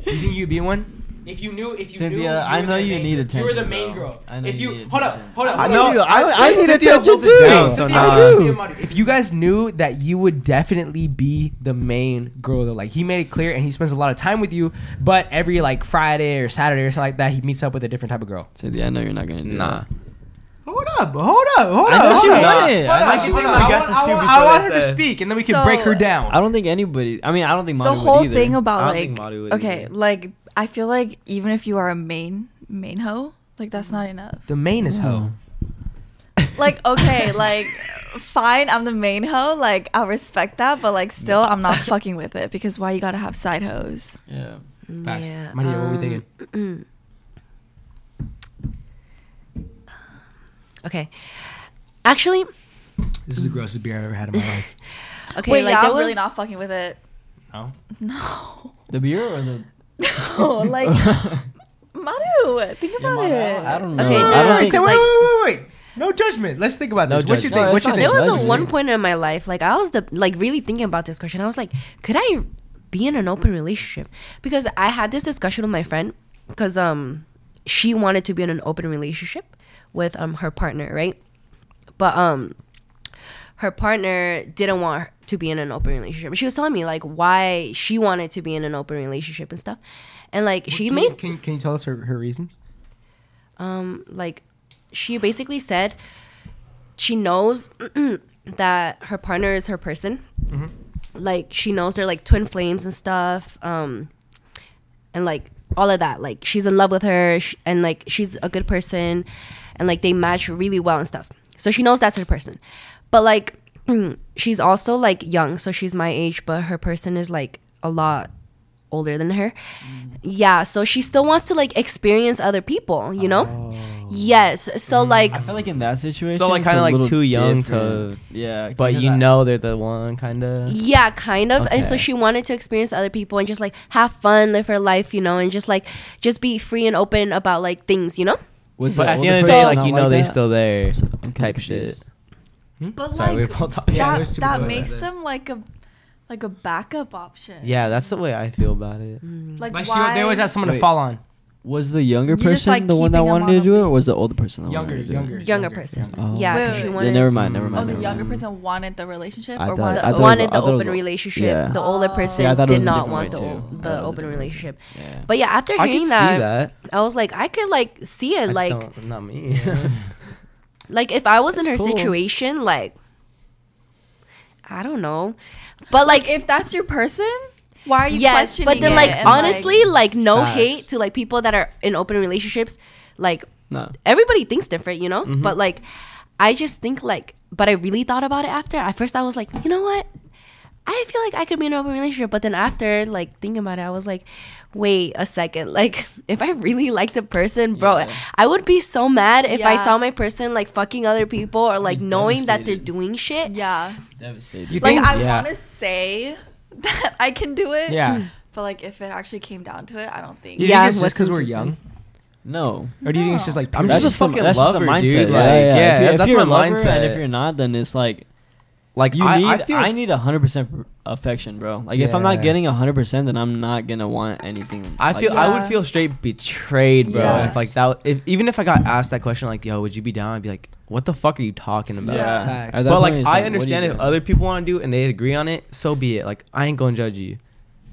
think you'd be one? If you knew, if you
Cynthia,
knew, you
I
were
know
the
you
main-
need
You were the
attention,
main
bro.
girl.
I know
if
you
you,
need
hold up,
attention.
hold up,
I
hold
know.
up.
I, I
Cynthia
need attention
holds it
too.
down,
So
Cynthia
nah.
holds it down. If you guys knew that you would definitely be the main girl, though, like he made it clear, and he spends a lot of time with you, but every like Friday or Saturday or something like that, he meets up with a different type of girl.
Cynthia, I know you're not gonna do
Nah.
that.
Hold up, hold up, hold
I know
up,
she
hold up.
wouldn't.
Hold
I know
up,
she
hold
wouldn't.
up.
I
I want-
guessed this
I
too
want-
before
I want
they
her to
said-
speak, and then we can
So-
break her down.
I don't think anybody. I mean, I don't think Manu
the whole
would either.
thing about
I don't think
like
Madu would
okay,
either.
like I feel like even if you are a main main hoe, like that's not enough.
The main is hoe.
like okay, like fine, I'm the main hoe, like I'll respect that, but like still, I'm not fucking with it because why you gotta have side hoes?
Yeah.
Facts.
Yeah.
Maria, what were we
um,
thinking?
Okay. Actually,
This is the grossest beer I've ever had in my life.
okay.
Wait,
like
yeah,
there
I'm really
was-
not fucking with it.
No.
No,
The beer or the.
no, like Madu, think
Yeah,
about
Manu,
it.
I don't know.
Okay,
I
no,
don't
no,
think
it's
wait,
like-
wait, wait, wait, wait. No judgment. Let's think about this.
No
what you
judgment.
think?
No,
what
it's
you
fine.
think?
There was
Judge
a
me.
one point in my life, like I was the like really thinking about this question. I was like, could I be in an open relationship? Because I had this discussion with my friend, because um she wanted to be in an open relationship with um her partner, right? But um her partner didn't want her to be in an open relationship. She was telling me like why she wanted to be in an open relationship and stuff. And like she
can,
made
you, can, can you tell us her, her reasons?
um like she basically said she knows that her partner is her person like she knows they're like twin flames and stuff um and like all of that like she's in love with her sh- and like she's a good person and like they match really well and stuff so she knows that's her person but like she's also like young so she's my age but her person is like a lot older than her yeah so she still wants to like experience other people you know yes so like
Oh. Mm. I feel like in that situation.
So like
it's a
kind of like
little
too young to.
different. Yeah.
But you
that-
know they're the one kind of.
Yeah, kind of. And so
Okay.
she wanted to experience other people and just like have fun, live her life, you know, and just like just be free and open about like things, you know?
Was
But
that-
at the
was
end of the
person
day,
So-
like
not
you know they
that?
still there,
I'm kinda
type
confused.
shit.
But
Sorry, we
like
were both
that,
talking. Yeah,
there's two
that
people
makes
that-
them like a like a backup option.
Yeah, that's the way I feel about it.
like,
Like she,
why?
they always have someone to
Wait.
fall on.
Was the younger
You just,
person
like,
the one that
keeping them
wanted
on
to
a
do it, or
leash.
was the older person that
Younger,
wanted to do
younger,
it?
Younger person.
Oh.
Yeah,
Wait,
'cause
wait,
she
wait.
wanted
Yeah, never mind, never
Oh,
Oh,
mind.
the
never
younger
mind.
person wanted the relationship,
I
or
thought-
wanted
I thought it
the,
the
was-
wanted
I
the
thought it was-
open relationship.
yeah.
The older
Oh.
person
Yeah, I thought it
did
was a
not
different
want the,
way,
o-
too. I thought
the
it was a
open
different way.
relationship.
Yeah.
But yeah, after
I can
hearing
see
that,
that.
I was like, I could like see it,
I just
like
don't- not me.
like if I was in her
cool.
situation, like I don't know, but like
if that's your person, why are you
yes
questioning
but then
it
like
and,
honestly like, no
Facts.
hate to like people that are in open relationships like
No.
everybody thinks different you know
Mm-hmm.
but like i just think like but i really thought about it after at first i was like you know what i feel like i could be in an open relationship but then after like thinking about it i was like wait a second like if i really liked a person bro
Yeah.
i would be so mad if i
Yeah.
saw my person like fucking other people or like
Be
knowing that they're
devastated.
doing shit
yeah,
Devastated.
You
like
think?
I
Yeah.
want to say that I can do it,
yeah.
But like, if it actually came down to it, I don't think.
You yeah, think it's just because we're young,
No.
or do you think it's just like
I'm
pure-
just a fucking lover, dude. Like,
Yeah,
yeah,
yeah. if, you-
that's
if
my
you're a lover And
mindset.
if you're not, then it's like
Like
you
I,
need.
I
I,
feel
need 100 percent affection, bro. Like if I'm
Yeah.
not getting 100, percent then I'm not gonna want anything.
I
like
feel
that.
I would feel straight betrayed, bro.
Yes.
If like that, if even if I got asked that question, like, "Yo, would you be down?" I'd be like, "What the fuck are you talking about?"
Yeah.
Facts.
At that
But
point,
like,
it's
I
what are you
understand if
doing?
other people want to do it and they agree on it, so be it. Like, I ain't gonna judge you.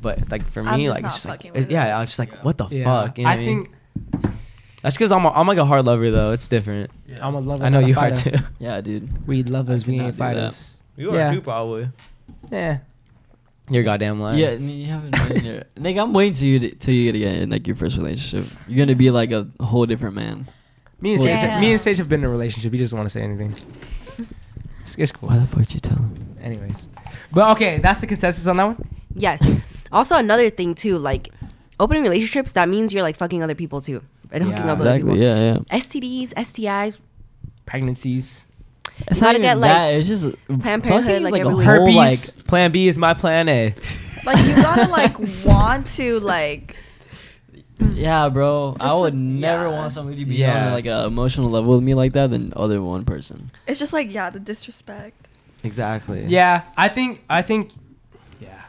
But like for me,
I'm just
like,
not
it's just like
fucking with
it- yeah,
it.
I was just like, "What the
Yeah.
fuck?" You know
I
what mean?
think
that's because I'm a, I'm like a hard lover though. It's different.
I'm a lover.
I know
not a
you are
fighter.
too.
Yeah, dude.
We love us.
could
We
not
ain't
do that.
fighters.
You
are Yeah. too,
probably.
Yeah.
You're goddamn lying.
Yeah, I mean, you haven't been here. Nick, I'm waiting till you to, till you get in like your first relationship. You're gonna be like a whole different man.
Me and
Well,
Sage,
yeah.
me and Sage have been in a relationship. He doesn't want to say anything. It's, it's cool.
Why the fuck did you tell him?
Anyways, but okay, that's the consensus on that one.
Yes. Also, another thing too, like open relationships, that means you're like fucking other people too and hooking
Yeah.
up with other
Exactly.
people.
Yeah, yeah.
STDs, STIs,
Pregnancies.
It's
gotta
even
get, like,
that, It's just fucking
Planned Parenthood,
is,
like,
a
every week.
whole,
Herpes.
like-
plan B is my plan A.
Like you gotta like want to like.
Yeah, bro. I
Just
would
like-
never
yeah.
want somebody to be
Yeah.
on like an emotional level with me like that than other one person.
It's just like yeah, the disrespect.
Exactly.
Yeah, I think I think. Yeah.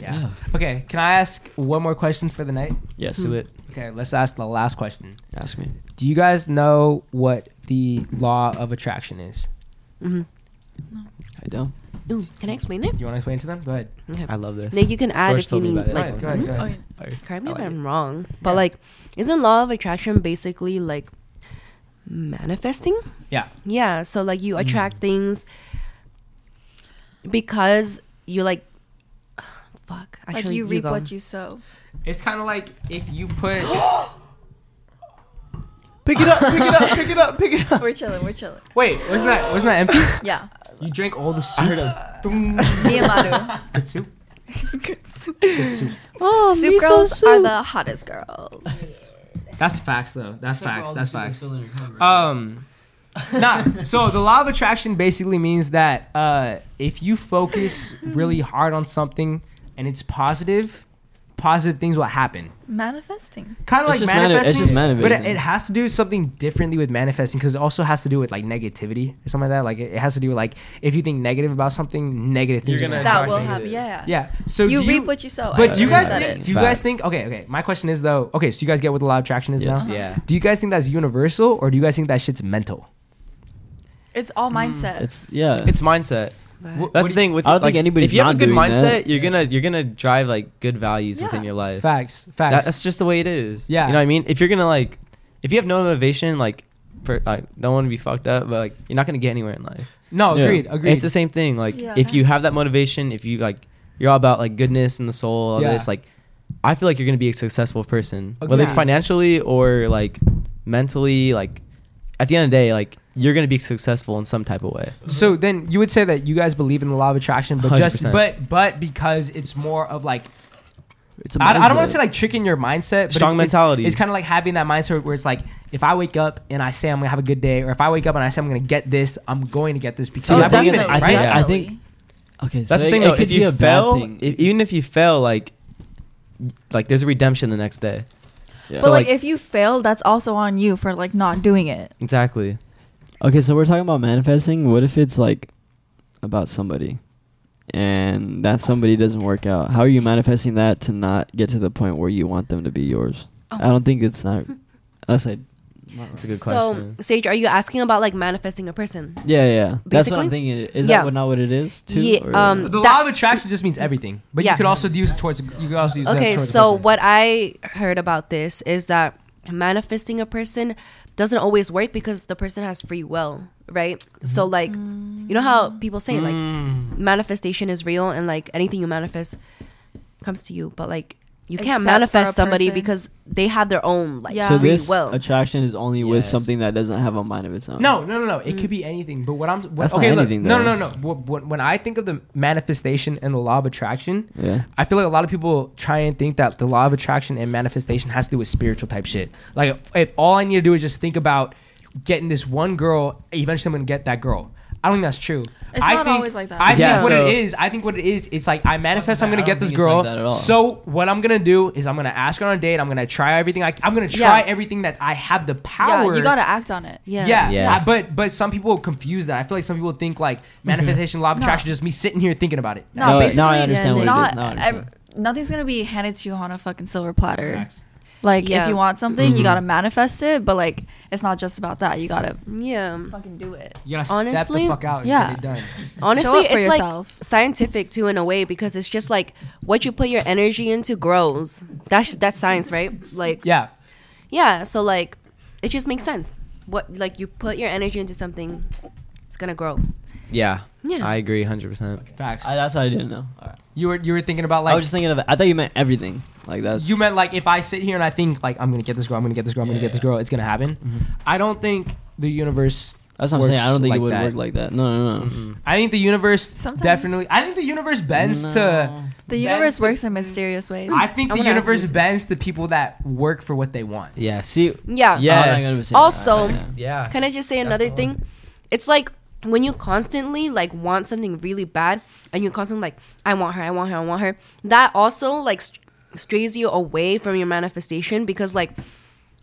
Yeah.
Yeah.
Okay, can I ask one more question for the night?
Yes.
Do it.
Okay, let's ask the last question.
Ask me.
Do you guys know what the law of attraction is?
I don't.
Ooh, can I explain it?
Do you want to explain to them? Go ahead.
I love this.
Nick, you can add
George
if you
told me
need.
about it.
Like,
Go ahead, go ahead, go ahead.
Oh, yeah.
correct me
I
if
like
I'm wrong, but like, isn't law of attraction basically like manifesting?
Yeah.
Yeah. So like, you
Mm-hmm.
attract things because you like. Fuck. Actually,
like you reap
go.
what you sow.
It's kind of like if you put.
Pick it up, pick it up, pick it up, pick it up.
We're chilling. We're chilling.
Wait, wasn't that wasn't that empty?
Yeah.
You drank all the soup.
Me and Maru.
Good soup.
Oh,
Soup girls are the hottest girls.
That's facts, though. That's facts. That's facts. Um, nah. So the law of attraction basically means that uh, if you focus really hard on something and it's positive, positive things will happen.
Manifesting.
Kind of like
It's just mani-
manifesting.
it's just
But it,
manifesting.
it has to do something differently with manifesting because it also has to do with like negativity or something like that. Like it, it has to do with like if you think negative about something, negative things.
You're
are
gonna
gonna
That
attract
will
me to
happen.
it.
Yeah.
Yeah. So
you
do
reap what you sow. I
But do you
already
guys
said
think,
it.
do you guys
Facts.
think okay okay my question is though okay so you guys get what the law of attraction is
Yes.
hmm?
now
Yeah.
do you guys think that's universal or do you guys think that shit's mental
it's all mindset?
Mm, It's yeah.
It's mindset. That's the thing with
I don't
like,
think anybody's
If you have
not
a good
doing
mindset,
that.
you're gonna you're gonna drive like good values within
Yeah.
your life.
Facts. Facts.
That, that's just the way it is.
Yeah.
You know what I mean? If you're gonna like, if you have no motivation, like, per, like don't want to be fucked up, but like you're not gonna get anywhere in life.
no,
Yeah.
agreed.
And
And
Agreed.
it's the same thing. Like
Yeah.
if you have that motivation, if you like, you're all about like goodness and the soul, all
Yeah.
this. Like, I feel like you're gonna be a successful person, whether it's
Agreed.
financially or like mentally. Like, at the end of the day, like you're gonna be successful in some type of way.
so then you would say that you guys believe in the law of attraction, but just
100%.
but but because it's more of like
It's a
I, I don't want
mindset.
to say like tricking your mindset, but
Strong
it's- it's-
mentality.
It's, kind of like having that mindset where it's like if I wake up and I say I'm gonna have a good day, or if I wake up and I say I'm gonna get this, I'm going to get this because
See,
I believe in it,
definitely,
right?
I think- I
definitely.
think- Okay. so
That's
it-
the thing
it
though.
could
If
be a
you
bad
fail,
thing.
if, even if you fail, like, like there's a redemption the next day.
Yeah.
But
So,
like,
like-
if you fail, that's also on you for like not doing it.
Exactly.
Okay, so we're talking about manifesting. What if it's like about somebody and that somebody doesn't work out? How are you manifesting that to not get to the point where you want them to be yours?
Oh.
I don't think it's not unless I
That's a good
so,
question.
Sage, are you asking about like manifesting a person?
Yeah, yeah. That's what
Basically?
I'm thinking. Is
Yeah.
that what, not what it is too?
Yeah,
or-
um,
The
That-
law of attraction just means everything, but you
Yeah.
could also use it towards you could also use that
Okay,
towards a
so
person.
what I heard about this is that manifesting a person doesn't always work because the person has free will, right?
Mm-hmm.
So like you know how people say
Mm.
like manifestation is real and like anything you manifest comes to you, but like you
Except
can't
for a
manifest somebody
person.
because they have their own like
Yeah.
so
free
this
will.
attraction is only with
Yes.
something that doesn't have a mind of its own.
No, no, no, no. It could
Hmm.
be anything. But what I'm what,
That's not
okay, look,
anything,
no, no,
though.
no, no. Wh- wh- When I think of the manifestation and the law of attraction,
Yeah.
I feel like a lot of people try and think that the law of attraction and manifestation has to do with spiritual type shit. Like if, if all I need to do is just think about getting this one girl, eventually I'm gonna get that girl. I don't think that's true.
It's
I
not
think,
always like that.
I think
Yeah,
what
so-
it is, I think what it is, it's like I manifest I'm gonna
I
get
don't
this
think it's like
girl.
that at all.
so what I'm gonna do is I'm gonna ask her on a date. I'm gonna try everything. I, I'm gonna
Yeah.
try everything that I have the power.
Yeah, you gotta act on it.
Yeah, yeah. I- but but some people confuse that. I feel like some people think like manifestation, law of
No.
attraction, just me sitting here thinking about it.
No, basically,
now I understand what it
not,
is. Now I understand.
ev- nothing's gonna be handed to you on a fucking silver platter.
Facts.
Like
Yeah.
if you want something,
Mhm.
you gotta manifest it. But like, it's not just about that. You gotta
Yeah.
fucking do it.
You gotta step
Honestly,
the fuck out and
yeah.
get it done.
Honestly,
Show up
it's
for yourself.
like scientific too in a way because it's just like what you put your energy into grows. That's that's science, right? Like
Yeah.
yeah, so like it just makes sense. What like you put your energy into something, it's gonna grow.
Yeah.
Yeah.
I agree 100%.
Facts.
I, that's what I didn't know. All right.
you were you were thinking about
I
like
was just thinking of it. I thought you meant everything. Like that's
you meant like if I sit here and I think like I'm gonna get this girl, I'm gonna get this girl, I'm gonna get this girl, it's gonna happen. I don't think the universe.
That's what I'm saying. I
works
don't think
like
it would
that. Mm-hmm.
work like that. No, no, no.
I think the universe
Sometimes.
definitely. I think the universe bends to.
The universe
to-
works in
mm,
mysterious ways.
I think
I'm
the
gonna ask you
universe
this.
bends to people that work for what they want.
Yes.
See,
Yeah.
Yeah. Yes.
I'm not gonna say
Also-
that. Yeah.
yeah.
Can I just say
That's
another
the
thing? It's like when you constantly like want something really bad and you're constantly like, I want her, I want her, I want her. That also like st- strays you away from your manifestation because like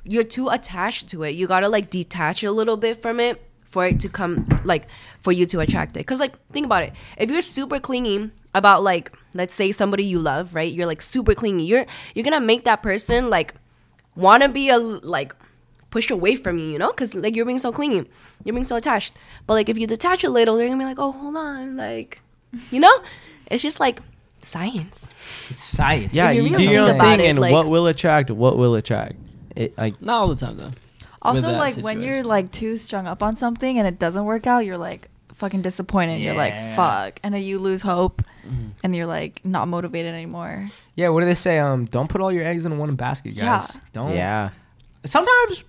you're too attached to it. You gotta like detach a little bit from it for it to come like for you to attract it. Cause like think about it. If you're super clingy about like let's say somebody you love, right? You're like super clingy. You're you're gonna make that person like wanna be a like pushed away from you, you know? Because like you're being so clingy, you're being so attached. But like if you detach a little, they're gonna be like, oh, hold on, like, you know? It's just like science.
It's science.
Yeah,
If you
you do
really
your
think
own
about
thing,
it,
and
like-
what will attract? What will attract? It like
Not all the time though.
also,
that
like when you're
situation.
like too strung up on something and it doesn't work out, you're like fucking disappointed. You're like
Yeah.
fuck, and then you lose hope,
Mm-hmm.
and you're like not motivated anymore.
Yeah. What do they say? Um, don't put all your eggs in one basket, guys.
Yeah.
Don't.
yeah,
Sometimes.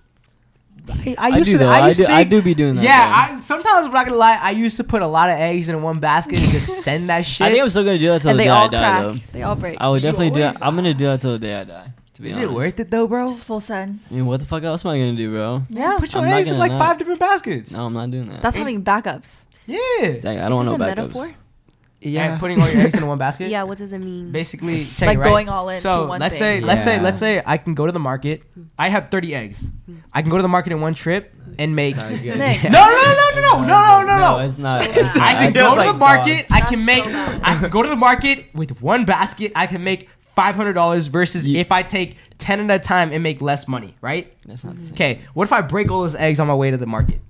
I, I
I
used
do,
to.
though.
I,
I
used
do-
to
I
think-
do be doing that,
Yeah. I, sometimes I'm not gonna lie. I used to put a lot of eggs in one basket and just send that shit.
I think I'm still gonna do that till
and
the
they
day
all
I die.
crack.
Though
They all break.
I would definitely do. That. I'm gonna do that till the day I die. To be
Is
honest.
it worth it though, bro?
Just full send.
I mean, what the fuck else am I gonna do, bro?
Yeah,
Put your
I'm not
eggs in
gonna
like
not.
five different baskets.
No, I'm not doing that.
that's having backups.
Yeah.
Exactly. I don't want
Is this
no
a
backups.
metaphor?
Yeah. putting all your eggs in one basket.
Yeah, what does it mean?
Basically, check
Like
it, right?
going all in
So
to one
let's say,
thing.
let's say,
Yeah.
let's say I can go to the market. I have 30 eggs. I can go to the market in one trip and make. No,
good.
Nick,
no, no, no, no, no, no, no,
No,
no.
it's not. It's not.
I can
It's
go to
like
the
dog.
market. I can
That's
make.
so bad.
I can go to the market with one basket. I can make five hundred dollars versus
You-
if I take ten at a time and make less money. Right?
That's not the same.
Okay. What if I break all those eggs on my way to the market?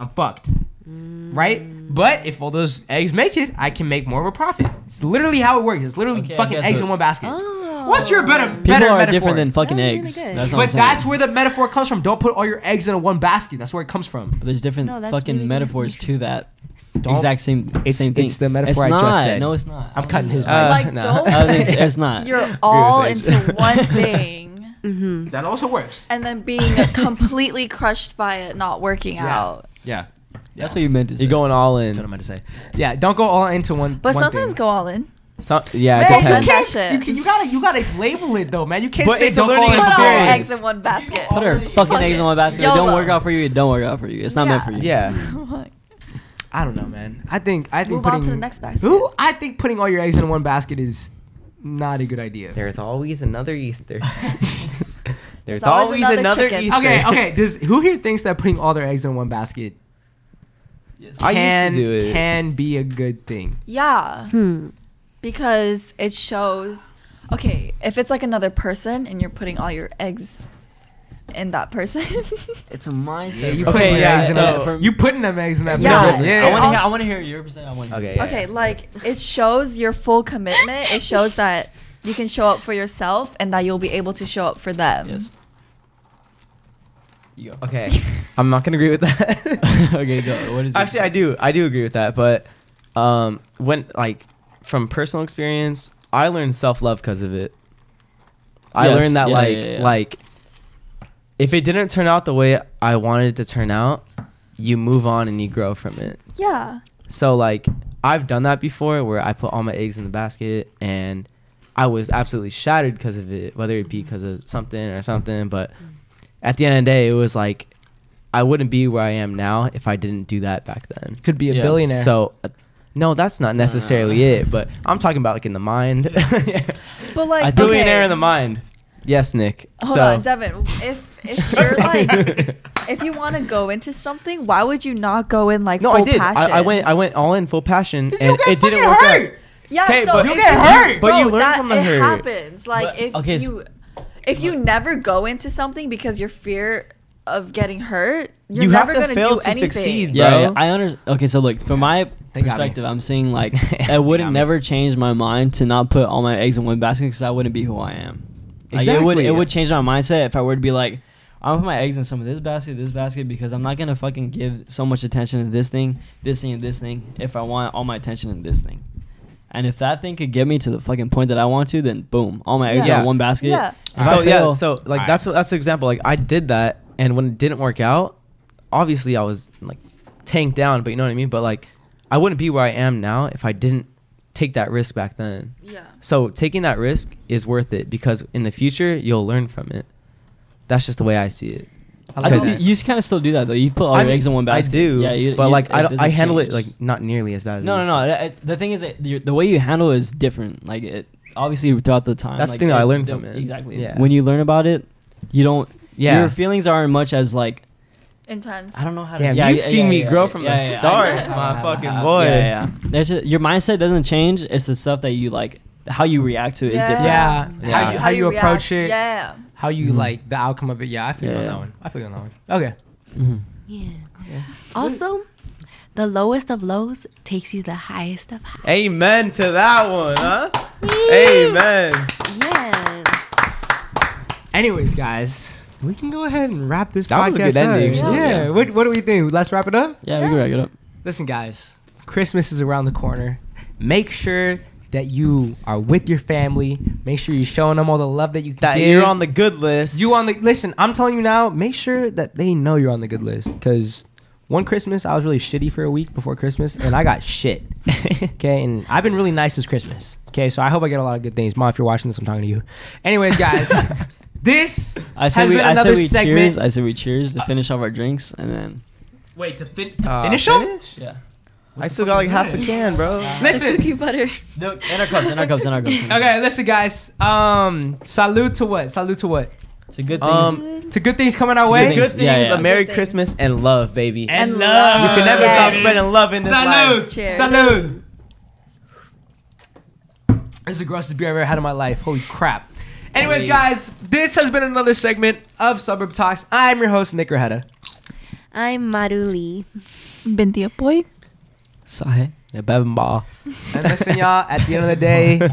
I'm fucked. Right?
Mm.
But if all those eggs make it, I can make more of a profit. It's literally how it works. It's literally
Okay, I
fucking
guess
eggs
the-
in one basket.
Oh.
What's your better
People
better
are
metaphor?
different than fucking
That was really
eggs.
good.
That's what I'm
but
saying.
that's where the metaphor comes from. Don't put all your eggs in one basket. That's where it comes from.
But there's different
No, that's
fucking
really good
metaphors to that
Don't-
exact same
It's-
same thing.
it's the metaphor
It's
I just
not.
said.
No, it's not.
I'm cutting his
Uh,
like
no.
don't.
I think it's not.
You're all
Agent.
into one thing,
Mm-hmm.
That also works.
and then being completely crushed by it not working out.
Yeah.
That's what you meant to say.
you're going all
That's what I
in.
meant to say. Yeah, don't go all into one.
But
one
sometimes
thing.
go all in.
Some, yeah, it
Man,
You
depends.
Send that
can't-
shit.
you, can, you gotta you gotta label it though, man. You can't
But
say
it's a
don't go
learning
all into
Put all your
one.
experience.
eggs in one basket.
Put her fucking eggs in one basket. It
YOLO.
don't work out for you. It don't work out for you. It's not meant
Yeah.
for you.
Yeah,
I don't know, man. I think I think
Move
putting
on to the next basket.
Ooh, I think putting all your eggs in one basket is not a good idea.
there's always another Easter.
There's always another chicken.
Easter.
Okay, okay. Does who here thinks that putting all their eggs in one basket
I
can
used to do it.
can be a good thing?
Yeah,
Hmm.
because it shows. Okay, if it's like another person and you're putting all your eggs in that person,
It's a mindset.
Yeah, you
bro.
put
Okay,
your
yeah,
eggs in
so-
that. You putting them eggs in that.
Yeah.
basket.
Yeah.
yeah.
I want to hear.
also-
I want to hear your percent. I want to hear.
Okay.
yours.
Yeah.
okay, like it shows your full commitment. It shows that you can show up for yourself and that you'll be able to show up for them.
Yes. You go.
Okay, I'm not gonna agree with that.
okay, go. What is?
Actually, I do. I do agree with that. But um, when like from personal experience, I learned self love because of it. I
Yes.
learned that
Yeah,
like
yeah, yeah.
like if it didn't turn out the way I wanted it to turn out, you move on and you grow from it.
Yeah.
So like I've done that before where I put all my eggs in the basket and I was absolutely shattered because
Mm-hmm.
of it, whether it be because of something or something. But at the end of the day, it was like I wouldn't be where I am now if I didn't do that back then.
Could be a Yeah. billionaire.
So, uh, no, that's not necessarily it. But I'm talking about like in the mind.
Uh. But
a
like,
billionaire
okay.
in the mind. Yes, Nick.
Hold
so,
on, Devin. If if you're like, if you want to go into something, why would you not go in like
no,
full
I did. I,
passion?
I went. I went all in full passion, and
get
it didn't
fucking
work
hurt.
out.
Yeah,
'Kay,
so
but-
if
You get hurt. but you
Bro,
learn
that-
from the
it
hurt.
happens. Like if
okay, s-
you if you never go into something because your fear of getting hurt, you're
You have
never
to
gonna
fail
do
to
anything.
succeed.
Yeah,
bro.
yeah, I understand. Okay, so look, from my
They got me.
perspective, I'm saying like I would have never changed my mind to not put all my eggs in one basket because I wouldn't be who I am. Like, It would
Exactly.
it would change my mindset if I were to be like, I'm gonna put my eggs in some of this basket, this basket because I'm not gonna fucking give so much attention to this thing, this thing, and this thing if I want all my attention in this thing. And if that thing could get me to the fucking point that I want to, then boom, all my eggs are
Yeah.
in one basket.
Yeah.
If
so
I
yeah,
fail-
so like that's that's an example. Like I did that, and when it didn't work out, obviously I was like tanked down. But you know what I mean. But like I wouldn't be where I am now if I didn't take that risk back then.
Yeah.
So taking that risk is worth it because in the future you'll learn from it. That's just the way I see it.
I
Because-
think you, you kind of still do that though. You put all
I
your
mean,
eggs in one basket.
I do.
Yeah, you,
but
you-
like I, don't-
doesn't
I handle it
change.
like not nearly as bad as
No,
you.
no, no. I- I- The thing is, that the, the way you handle it is different. Like it, obviously, throughout the time.
That's the
like,
thing that I learned
the-
from it.
Exactly.
Yeah.
When you learn about it, you don't.
Yeah.
Your feelings aren't much as like
Intense.
I don't know how to.
Damn,
yeah,
you've
yeah,
seen
yeah,
me
yeah,
grow
yeah,
from
yeah,
the
yeah, yeah.
start,
I know.
my
I know,
fucking
I know.
boy.
Yeah, yeah. yeah. That's it. your mindset doesn't change. It's the stuff that you like. How you react to it is different.
Yeah.
Yeah.
How you, how you
react.
approach it.
Yeah.
How you
hmm.
like the outcome of it. Yeah, I feel you on
Yeah.
that one. I feel you on that one. Okay.
Yeah. Also, the lowest of lows takes you the highest of highs.
Amen to that one, huh? Amen.
Yeah.
Anyways, guys, we can go ahead and wrap this
That
podcast
was a good ending,
up.
actually.
Yeah.
Yeah.
What, what do we think? Let's wrap it up.
Yeah, we can wrap it up.
Listen, guys, Christmas is around the corner. Make sure that you are with your family. Make sure you're showing them all the love that you
That
give.
you're on the good list.
You on the listen? I'm telling you now. Make sure that they know you're on the good list. Cause one Christmas I was really shitty for a week before Christmas, and I got shit. Okay, and I've been really nice this Christmas. Okay, so I hope I get a lot of good things. Mom, if you're watching this, I'm talking to you. Anyways, guys, this
I
has
said we.
been
I
another
said we
segment.
cheers. I said we cheers to finish off our drinks and then.
Wait to, fin- to
Uh,
finish up.
finish?
Yeah.
I still got like half a can, bro.
Listen,
Cookie butter.
No, in our cups. In our cups. In our cups.
okay, listen, guys. Um, salute to what? Salute to what?
It's a good thing.
Um,
To good things coming our
good
way.
things,
Yeah, yeah.
a Merry
Good things.
Christmas, and love, baby.
And love.
you can never stop
Yes.
spreading love in this
Salute.
life.
Cheers.
Salute. This is the grossest beer I've ever had in my life. Holy crap. Anyways, guys, this has been another segment of Suburb Talks. I'm your host, Nick Rehetta.
I'm Maruli.
Binti boy.
Sahe.
Yeah, Bevin Ball.
And listen, y'all, at the end of the day,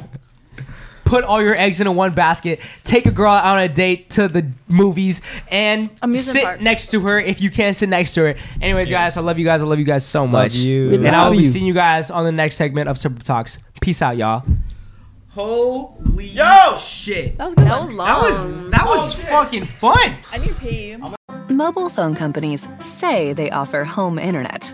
put all your eggs into one basket. Take a girl out on a date to the movies and
Amusement
sit
park.
next to her if you can sit next to her. Anyways, guys, I love you guys. I love you guys so much.
you. We
And I will
love
be
you.
seeing you guys on the next segment of Suburb Talks. Peace out, y'all. Holy
Yo!
shit.
That was good.
That was long.
That was that was fucking fun.
I need pee.
Mobile phone companies say they offer home internet.